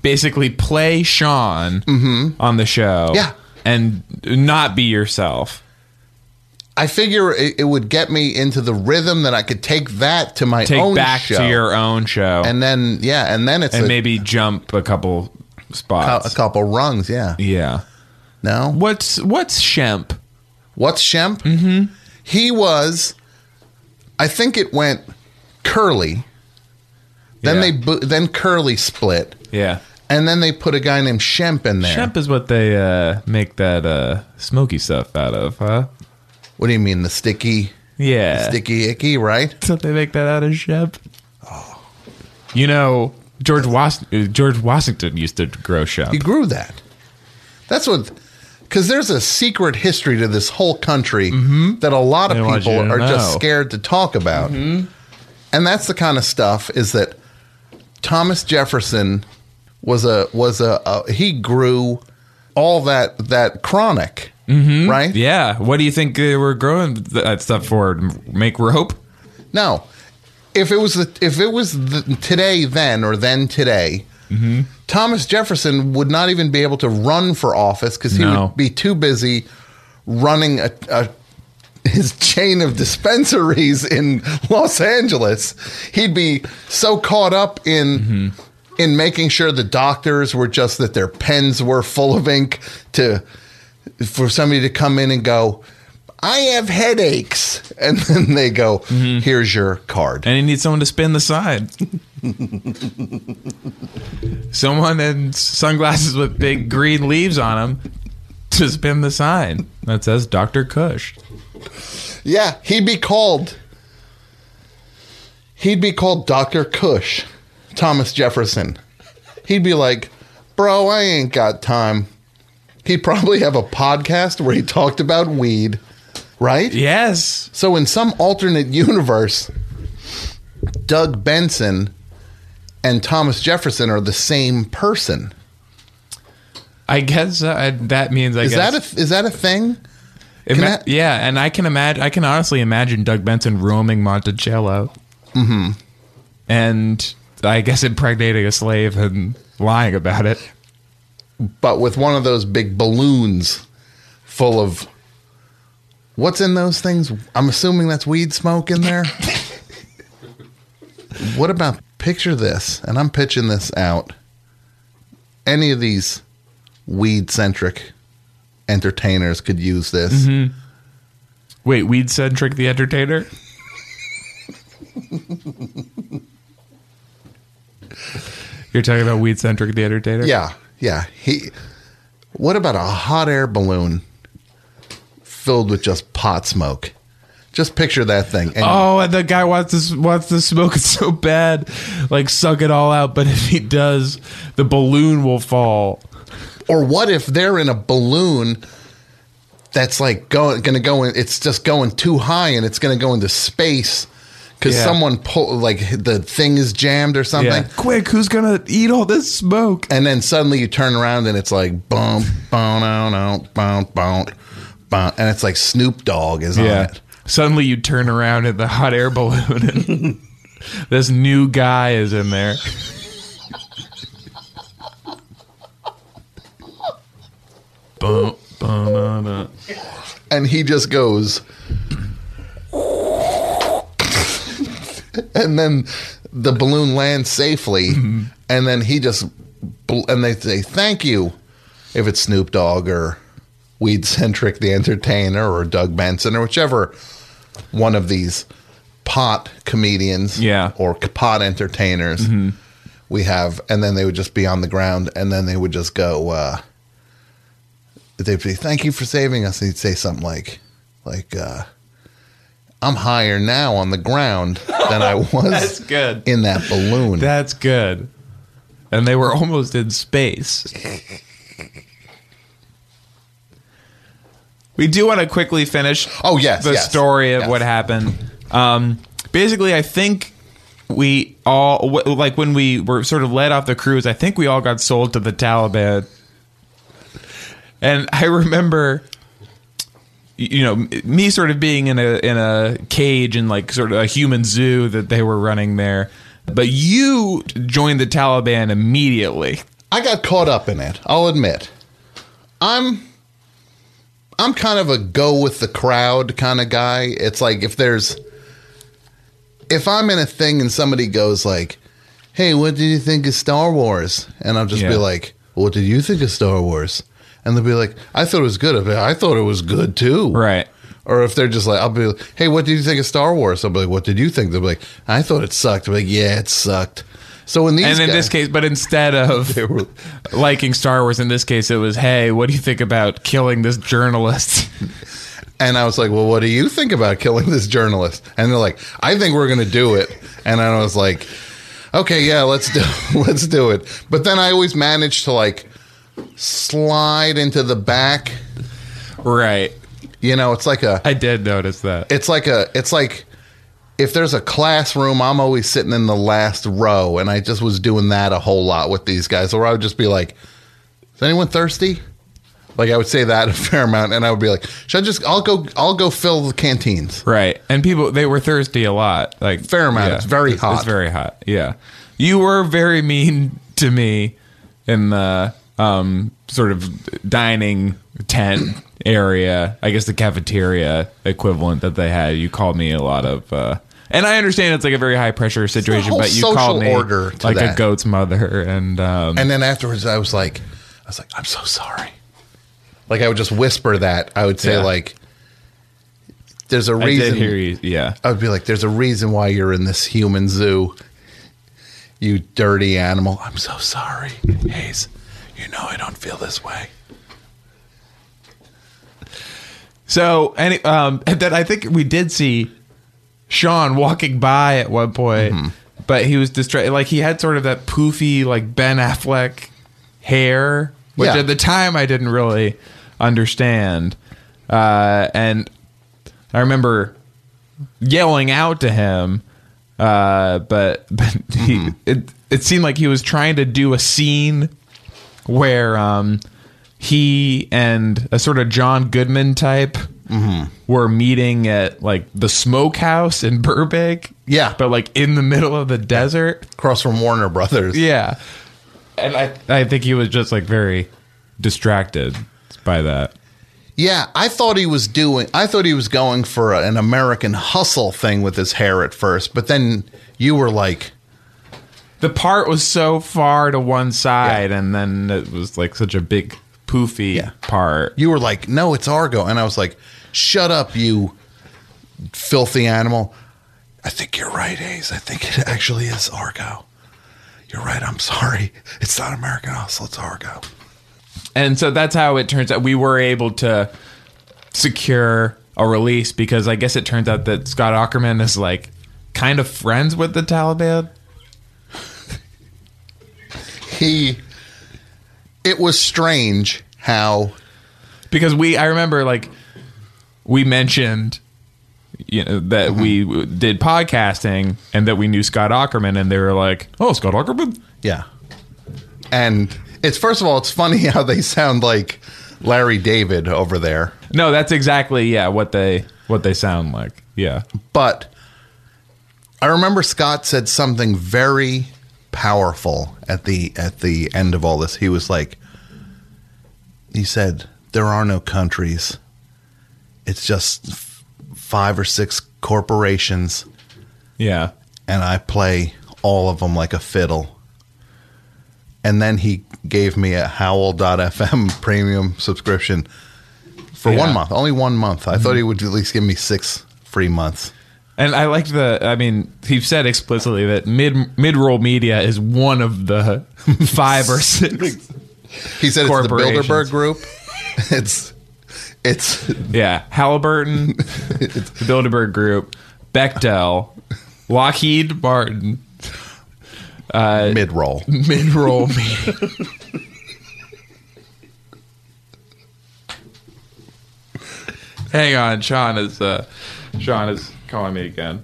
Speaker 2: basically play Sean on the show.
Speaker 3: Mm-hmm. Yeah.
Speaker 2: And not be yourself.
Speaker 3: I figure it, it would get me into the rhythm that I could take that to my
Speaker 2: Take
Speaker 3: own
Speaker 2: back
Speaker 3: show,
Speaker 2: to your own show.
Speaker 3: and then yeah, and then it's
Speaker 2: and
Speaker 3: a,
Speaker 2: maybe jump a couple
Speaker 3: a,
Speaker 2: spots.
Speaker 3: a couple rungs. Yeah,
Speaker 2: yeah.
Speaker 3: no,
Speaker 2: What's what's Shemp?
Speaker 3: What's Shemp? Mm-hmm. He was, I think it went Curly. Then
Speaker 2: Yeah.
Speaker 3: they bo- then Curly split,
Speaker 2: Yeah.
Speaker 3: and then they put a guy named Shemp in there.
Speaker 2: Shemp is what they uh, make that uh, smoky stuff out of, huh?
Speaker 3: What do you mean the sticky,
Speaker 2: Yeah.
Speaker 3: sticky icky? Right?
Speaker 2: That's what they make that out of Shemp.
Speaker 3: Oh.
Speaker 2: You know, George Was- uh, George Washington used to grow
Speaker 3: He
Speaker 2: Shemp.
Speaker 3: grew that. That's what. Because there's a secret history to this whole country that a lot of
Speaker 2: Mm-hmm. They want you
Speaker 3: people
Speaker 2: to
Speaker 3: are just
Speaker 2: know. Mm-hmm.
Speaker 3: scared to talk about. And that's the kind of stuff is that Thomas Jefferson was a was a, a he grew all that that chronic, right?
Speaker 2: Mm-hmm. Yeah. What do you think they were growing th- that stuff for? M- Make rope?
Speaker 3: No, if it was the, if it was the, today then or then today, Thomas Jefferson would not even be able to run for office because he
Speaker 2: No.
Speaker 3: would be too busy running a, a his chain of dispensaries in Los Angeles. He'd be so caught up in. In making sure the doctors were just that their pens were full of ink to for somebody to come in and go, I have headaches. And then they go, here's your card.
Speaker 2: And he needs someone to spin the side. someone in sunglasses with big green leaves on them to spin the sign that says Dr. Cush.
Speaker 3: yeah, he'd be called. He'd be called Dr. Cush, Thomas Jefferson. He'd be like, bro, I ain't got time. He'd probably have a podcast where he talked about weed, right?
Speaker 2: Yes.
Speaker 3: So in some alternate universe, Doug Benson and Thomas Jefferson are the same person.
Speaker 2: I guess uh, I, that means I
Speaker 3: Is
Speaker 2: guess
Speaker 3: that a is that a thing?
Speaker 2: Ima-
Speaker 3: can I-
Speaker 2: yeah, and I can imagine. I can honestly imagine Doug Benson roaming Monticello,
Speaker 3: Mm-hmm.
Speaker 2: and I guess impregnating a slave and lying about it.
Speaker 3: But with one of those big balloons full of what's in those things? I'm assuming that's weed smoke in there. what about picture this? And I'm pitching this out. Any of these weed centric entertainers could use this.
Speaker 2: Mm-hmm. Wait, weed centric the entertainer. You're talking about weed centric the entertainer.
Speaker 3: Yeah, yeah. He. What about a hot air balloon filled with just pot smoke? Just picture that thing. And
Speaker 2: Oh, and the guy wants to s- wants to smoke it so bad, like suck it all out. But if he does, the balloon will fall.
Speaker 3: Or what if they're in a balloon that's like going going to go in? It's just going too high and it's going to go into space because
Speaker 2: Yeah.
Speaker 3: someone pull like the thing is jammed or something.
Speaker 2: Yeah. Quick, who's gonna eat all this smoke?
Speaker 3: And then suddenly you turn around and it's like bum bum bum bum bum bum, and it's like Snoop Dogg is on
Speaker 2: Yeah.
Speaker 3: it.
Speaker 2: Suddenly you turn around at the hot air balloon and this new guy is in there. Bum, bum, bum, bum.
Speaker 3: and he just goes and then the balloon lands safely and then he just bl- and they say thank you if it's Snoop Dogg or Weed Centric the Entertainer or Doug Benson or whichever one of these pot comedians
Speaker 2: Yeah.
Speaker 3: or pot entertainers we have and then they would just be on the ground and then they would just go uh, they'd be thank you for saving us and he'd say something like like uh i'm higher now on the ground than i was
Speaker 2: That's good.
Speaker 3: in that balloon
Speaker 2: That's good. And they were almost in space. we do want to quickly finish.
Speaker 3: Oh, yes,
Speaker 2: the
Speaker 3: yes,
Speaker 2: story of
Speaker 3: yes.
Speaker 2: what happened. Um, basically, I think we all w- like when we were sort of led off the cruise. I think we all got sold to the Taliban. And I remember you know m- me sort of being in a in a cage in like sort of a human zoo that they were running there but you joined the taliban immediately
Speaker 3: i got caught up in it i'll admit i'm i'm kind of a go with the crowd kind of guy it's like if there's if i'm in a thing and somebody goes like hey what did you think of star wars and i'll just be
Speaker 2: Yeah.
Speaker 3: like what did you think of star wars and they'll be like i thought it was good i thought it was good too
Speaker 2: right
Speaker 3: Or if they're just like, I'll be, like, hey, what did you think of Star Wars? I'll be like, what did you think? They'll be like, I thought it sucked. I'm like, yeah, it sucked. So in these,
Speaker 2: and in
Speaker 3: guys-
Speaker 2: this case but instead of
Speaker 3: they were,
Speaker 2: liking star wars in this case it was hey what do you think about killing this journalist
Speaker 3: and I was like, well, what do you think about killing this journalist? And they're like, I think we're gonna do it. And I was like, okay, yeah, let's do, let's do it. But then I always managed to like slide into the back.
Speaker 2: right
Speaker 3: You know, it's like a
Speaker 2: i did notice that
Speaker 3: it's like a it's like if there's a classroom i'm always sitting in the last row and i just was doing that a whole lot with these guys or i would just be like is anyone thirsty like i would say that a fair amount and i would be like should i just i'll go i'll go fill the canteens
Speaker 2: right and people they were thirsty a lot like
Speaker 3: Fair amount. It's very
Speaker 2: it's
Speaker 3: hot.
Speaker 2: very hot yeah you were very mean to me in the um sort of dining tent area i guess the cafeteria equivalent that they had you called me a lot of uh and I understand it's like a very high pressure situation,
Speaker 3: whole
Speaker 2: but you
Speaker 3: social
Speaker 2: called me
Speaker 3: order to
Speaker 2: like a
Speaker 3: that.
Speaker 2: goat's mother, and um,
Speaker 3: and then afterwards i was like i was like i'm so sorry like i would just whisper that i would say
Speaker 2: Yeah.
Speaker 3: like there's a
Speaker 2: I
Speaker 3: reason
Speaker 2: did hear you. Yeah,
Speaker 3: I would be like, there's a reason why you're in this human zoo. You dirty animal. I'm so sorry, Hayes. You know I don't feel this way.
Speaker 2: So, any, um, and then I think we did see Sean walking by at one point, but he was distracted. Like he had sort of that poofy, like Ben Affleck hair, which
Speaker 3: Yeah.
Speaker 2: at the time I didn't really understand. Uh, and I remember yelling out to him, uh, but, but he, it, it seemed like he was trying to do a scene where um, he and a sort of John Goodman type were meeting at like the smokehouse in Burbank.
Speaker 3: Yeah.
Speaker 2: But like in the middle of the desert.
Speaker 3: Across from Warner Brothers.
Speaker 2: Yeah. And I, I think he was just like very distracted by that.
Speaker 3: Yeah, I thought he was doing. I thought he was going for a- an American hustle thing with his hair at first, but then you were like,
Speaker 2: The part was so far to one side, and then it was like such a big poofy
Speaker 3: Yeah.
Speaker 2: part.
Speaker 3: you were like, no, it's Argo, and I was like, shut up, you filthy animal. I think you're right, Hayes. I think it actually is Argo. You're right. I'm sorry. It's not American Hustle. It's Argo.
Speaker 2: and so that's how it turns out we were able to secure a release because I guess it turns out that Scott Ackerman is like kind of friends with the Taliban.
Speaker 3: He. It was strange how.
Speaker 2: because we I remember like we mentioned you know that we w- did podcasting and that we knew Scott Ackerman and they were like, "Oh, Scott Ackerman?"
Speaker 3: Yeah. And it's first of all, it's funny how they sound like Larry David over there.
Speaker 2: No, that's exactly yeah what they what they sound like. Yeah.
Speaker 3: But I remember Scott said something very powerful at the at the end of all this. He was like he said, "There are no countries. It's just f- five or six corporations,
Speaker 2: Yeah.
Speaker 3: and I play all of them like a fiddle. And then he gave me a howl.fm premium subscription for
Speaker 2: Yeah.
Speaker 3: one month, only one month. I thought he would at least give me six free months.
Speaker 2: And I liked the. I mean, he said explicitly that mid mid roll media is one of the five or six.
Speaker 3: He said it's the
Speaker 2: Corporations.
Speaker 3: Bilderberg group. it's it's
Speaker 2: Yeah, Halliburton, the Bilderberg Group, Bechtel, Lockheed Martin,
Speaker 3: mid roll.
Speaker 2: mid roll media. Hang on, Sean is uh, Sean is calling me again.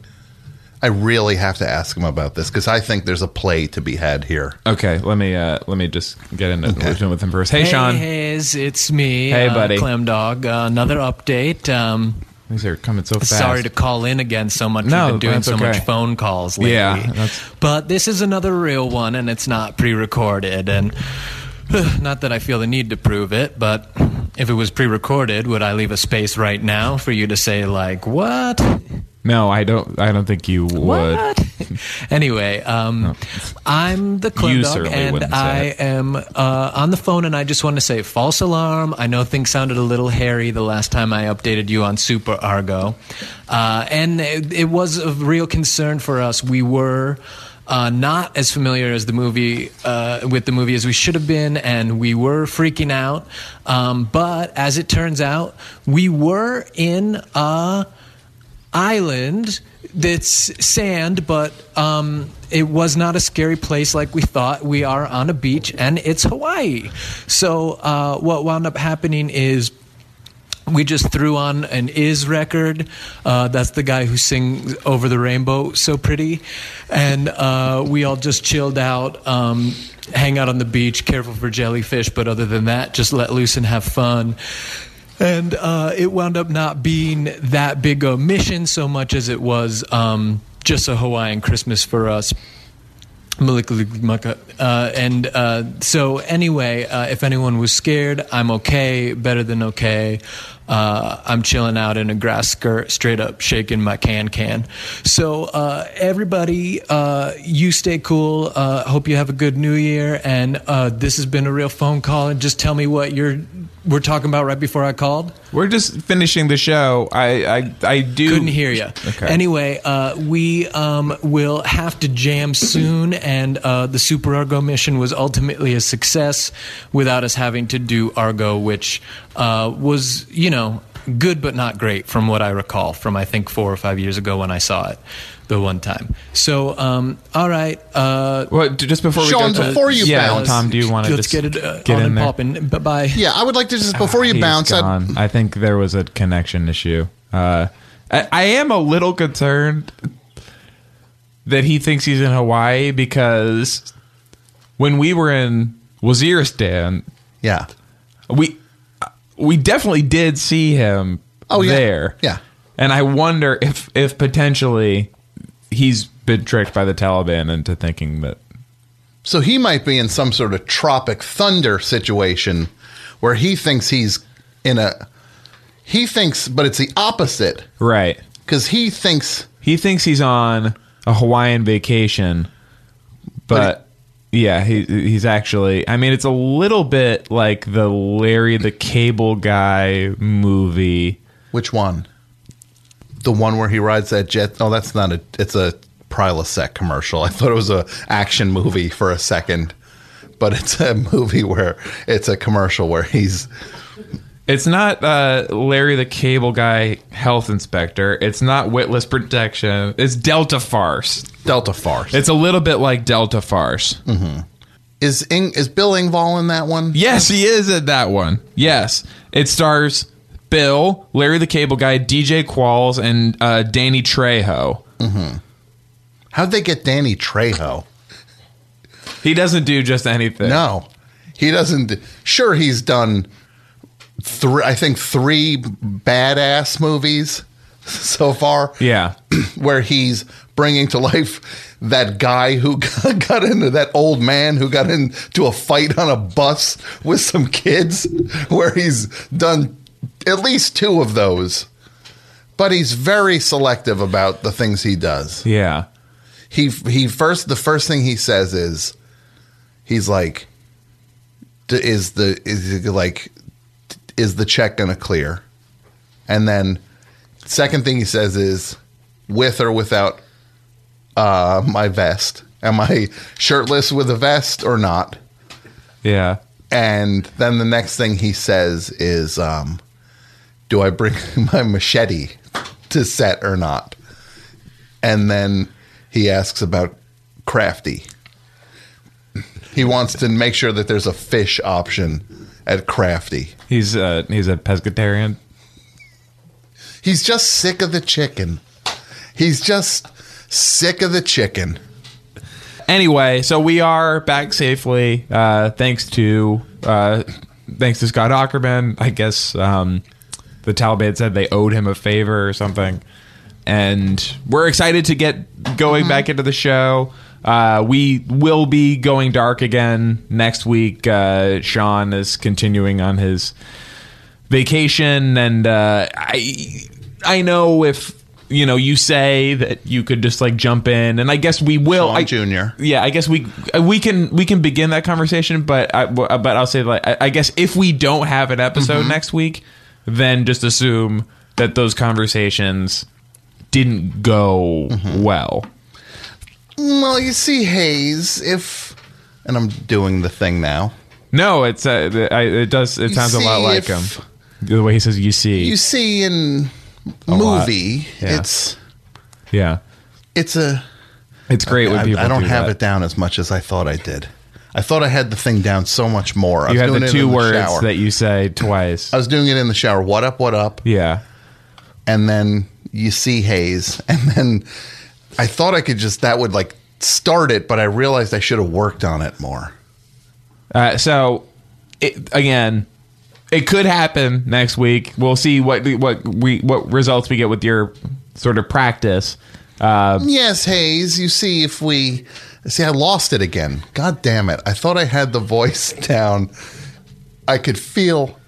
Speaker 3: I really have to ask him about this because I think there's a play to be had here.
Speaker 2: Okay, let me uh, let me just get into
Speaker 3: Okay.
Speaker 2: okay. with him first. Hey, Sean,
Speaker 4: Hey, it's, it's me.
Speaker 2: Hey,
Speaker 4: uh,
Speaker 2: buddy.
Speaker 4: Clem Dog. Uh, another update. Um,
Speaker 2: these are coming so fast.
Speaker 4: Sorry to call in again so much.
Speaker 2: No,
Speaker 4: We've been doing
Speaker 2: that's
Speaker 4: so much
Speaker 2: okay.
Speaker 4: phone calls lately.
Speaker 2: Yeah, that's-
Speaker 4: But this is another real one, and it's not pre-recorded. And not that I feel the need to prove it, but if it was pre-recorded, would I leave a space right now for you to say like, "What?
Speaker 2: No, I don't. I don't think you would. Oh.
Speaker 4: What?" anyway, um, I'm the
Speaker 2: You
Speaker 4: Clem Dog,
Speaker 2: certainly
Speaker 4: and
Speaker 2: wouldn't say
Speaker 4: I
Speaker 2: it.
Speaker 4: am uh, on the phone, and I just want to say false alarm. I know things sounded a little hairy the last time I updated you on Super Argo, uh, and it, it was a real concern for us. We were. Uh, not as familiar as the movie uh, with the movie as we should have been, and we were freaking out. Um, but as it turns out, we were in a island that's sand, but um, it was not a scary place like we thought. We are on a beach and it's Hawaii. So, uh, what wound up happening is we just threw on an is record uh, that's the guy who sings over the rainbow so pretty and uh, we all just chilled out um, hang out on the beach careful for jellyfish but other than that just let loose and have fun and uh, it wound up not being that big a mission so much as it was um, just a hawaiian christmas for us Malikalikimaka. Uh, and uh, so, anyway, uh, if anyone was scared, I'm okay, better than okay. Uh, I'm chilling out in a grass skirt, straight up shaking my can can. So, uh, everybody, uh, you stay cool. Uh, hope you have a good new year. And uh, this has been a real phone call. And just tell me what you're we're talking about right before I called.
Speaker 2: We're just finishing the show. I I, I do
Speaker 4: Couldn't hear you.
Speaker 2: Okay.
Speaker 4: Anyway, uh, we um, will have to jam soon, and uh, the Super Argo mission was ultimately a success without us having to do Argo, which uh, was, you know, good but not great from what I recall from I think four or five years ago when I saw it the one time. So, um, all right. Uh,
Speaker 2: Well, d- just before we
Speaker 3: Sean,
Speaker 2: go to,
Speaker 3: before you
Speaker 2: yeah,
Speaker 3: bounce,
Speaker 2: Tom, do you want to
Speaker 4: let's
Speaker 2: just
Speaker 4: get it uh,
Speaker 2: get
Speaker 4: on
Speaker 2: in
Speaker 4: and
Speaker 2: there?
Speaker 4: popping. Bye bye.
Speaker 3: Yeah, I would like to just before you
Speaker 2: Ah, He's
Speaker 3: bounce. I'd,
Speaker 2: gone. I think there was a connection issue. Uh, I, I am a little concerned that he thinks he's in Hawaii because when we were in Waziristan,
Speaker 3: yeah.
Speaker 2: we we definitely did see him
Speaker 3: Oh, yeah.
Speaker 2: there.
Speaker 3: Yeah.
Speaker 2: And I wonder if if potentially he's been tricked by the Taliban into thinking that
Speaker 3: So he might be in some sort of tropic thunder situation where he thinks he's in a. He thinks, but it's the opposite
Speaker 2: right.
Speaker 3: because he thinks
Speaker 2: He thinks he's on a Hawaiian vacation, but, yeah, he he's actually. I mean, it's a little bit like the Larry the Cable Guy movie.
Speaker 3: which one? The one where he rides that jet. Oh, that's not a. It's a Prilosec commercial. I thought it was a action movie for a second, but it's a movie where it's a commercial where he's
Speaker 2: It's not uh, Larry the Cable Guy health inspector. It's not witless protection. It's Delta farce.
Speaker 3: Delta farce.
Speaker 2: It's a little bit like Delta farce.
Speaker 3: Is Ing, is Bill Ingvall in that one?
Speaker 2: Yes, he is at that one. Yes, it stars Bill, Larry the Cable Guy, DJ Qualls, and uh, Danny Trejo.
Speaker 3: How'd they get Danny Trejo?
Speaker 2: He doesn't do just anything.
Speaker 3: No, he doesn't. Sure, he's done. Three, I think three badass movies so far.
Speaker 2: Yeah.
Speaker 3: where he's bringing to life that guy who got got into that old man who got into a fight on a bus with some kids. Where he's done at least two of those. but he's very selective about the things he does.
Speaker 2: Yeah.
Speaker 3: He he first the first thing he says is he's like d- is the is it like is the check going to clear? And then second thing he says is with or without uh my vest. Am I shirtless with a vest or not?
Speaker 2: Yeah.
Speaker 3: And then the next thing he says is, um, "Do I bring my machete to set or not?" And then he asks about crafty. He wants to make sure that there's a fish option at crafty.
Speaker 2: He's uh he's a pescatarian.
Speaker 3: He's just sick of the chicken. He's just sick of the chicken.
Speaker 2: Anyway, so we are back safely. Uh thanks to uh thanks to Scott Ackerman. I guess um the Taliban said they owed him a favor or something. And we're excited to get going back into the show. Uh, we will be going dark again next week. Uh, Sean is continuing on his vacation and uh, I I know if you know you say that you could just like jump in and I guess we will
Speaker 3: Sean
Speaker 2: Oh, I,
Speaker 3: Jr..
Speaker 2: yeah I guess we we can we can begin that conversation but I, uh, but I'll say like I, I guess if we don't have an episode
Speaker 3: Mm-hmm.
Speaker 2: next week then just assume that those conversations didn't go
Speaker 3: Mm-hmm.
Speaker 2: well
Speaker 3: Well, you see, Hayes, if and I'm doing the thing now.
Speaker 2: no it's uh, the- I, it does it sounds a lot
Speaker 3: see,
Speaker 2: like
Speaker 3: if-
Speaker 2: him the way he says you see
Speaker 3: You see in
Speaker 2: lot.
Speaker 3: movie,
Speaker 2: Yeah.
Speaker 3: it's
Speaker 2: yeah
Speaker 3: it's a
Speaker 2: it's great when
Speaker 3: I-
Speaker 2: people
Speaker 3: I don't
Speaker 2: do
Speaker 3: have
Speaker 2: that.
Speaker 3: it down as much as I thought I did. I thought I had the thing down so much more. I
Speaker 2: you
Speaker 3: was
Speaker 2: had
Speaker 3: doing
Speaker 2: the
Speaker 3: it
Speaker 2: two
Speaker 3: in
Speaker 2: words
Speaker 3: shower.
Speaker 2: that you say twice.
Speaker 3: I was doing it in the shower. What up? What up?
Speaker 2: yeah.
Speaker 3: And then you see Hayes, and then I thought I could just that would like start it, but I realized I should have worked on it more.
Speaker 2: Uh, so, it, again, it could happen next week. We'll see what what we what results we get with your sort of practice.
Speaker 3: Yes, Hayes. You see, if we see, I lost it again. God damn it! I thought I had the voice down. I could feel.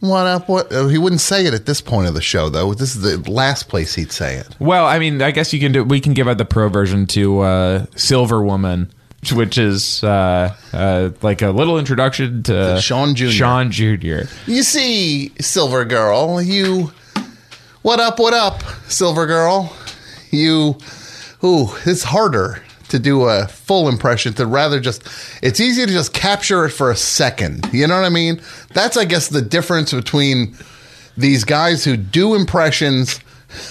Speaker 3: What up? What? oh, He wouldn't say it at this point of the show, though. This is the last place he'd say it.
Speaker 2: Well, I mean, I guess you can do. We can give out the pro version to uh, Silver Woman, which is uh, uh, like a little introduction to
Speaker 3: To Sean Jr..
Speaker 2: Sean Jr.
Speaker 3: You see, Silver Girl, you. What up, what up, Silver Girl? You. Ooh, it's harder to do a full impression to rather just. It's easy to just capture it for a second. You know what I mean? That's, I guess, the difference between these guys who do impressions.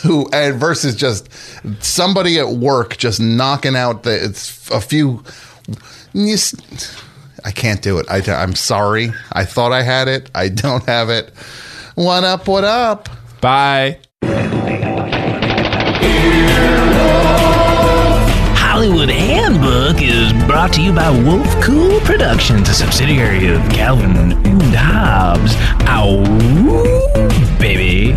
Speaker 3: Who and versus just somebody at work just knocking out the it's a few. You, s- I can't do it. I, am sorry. I thought I had it. I don't have it. What up? What up?
Speaker 2: Bye.
Speaker 6: Hollywood Handbook is brought to you by Wolf Cool Productions, a subsidiary of Calvin and Hobbes. Ow, baby.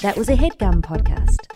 Speaker 7: That was a headgum podcast.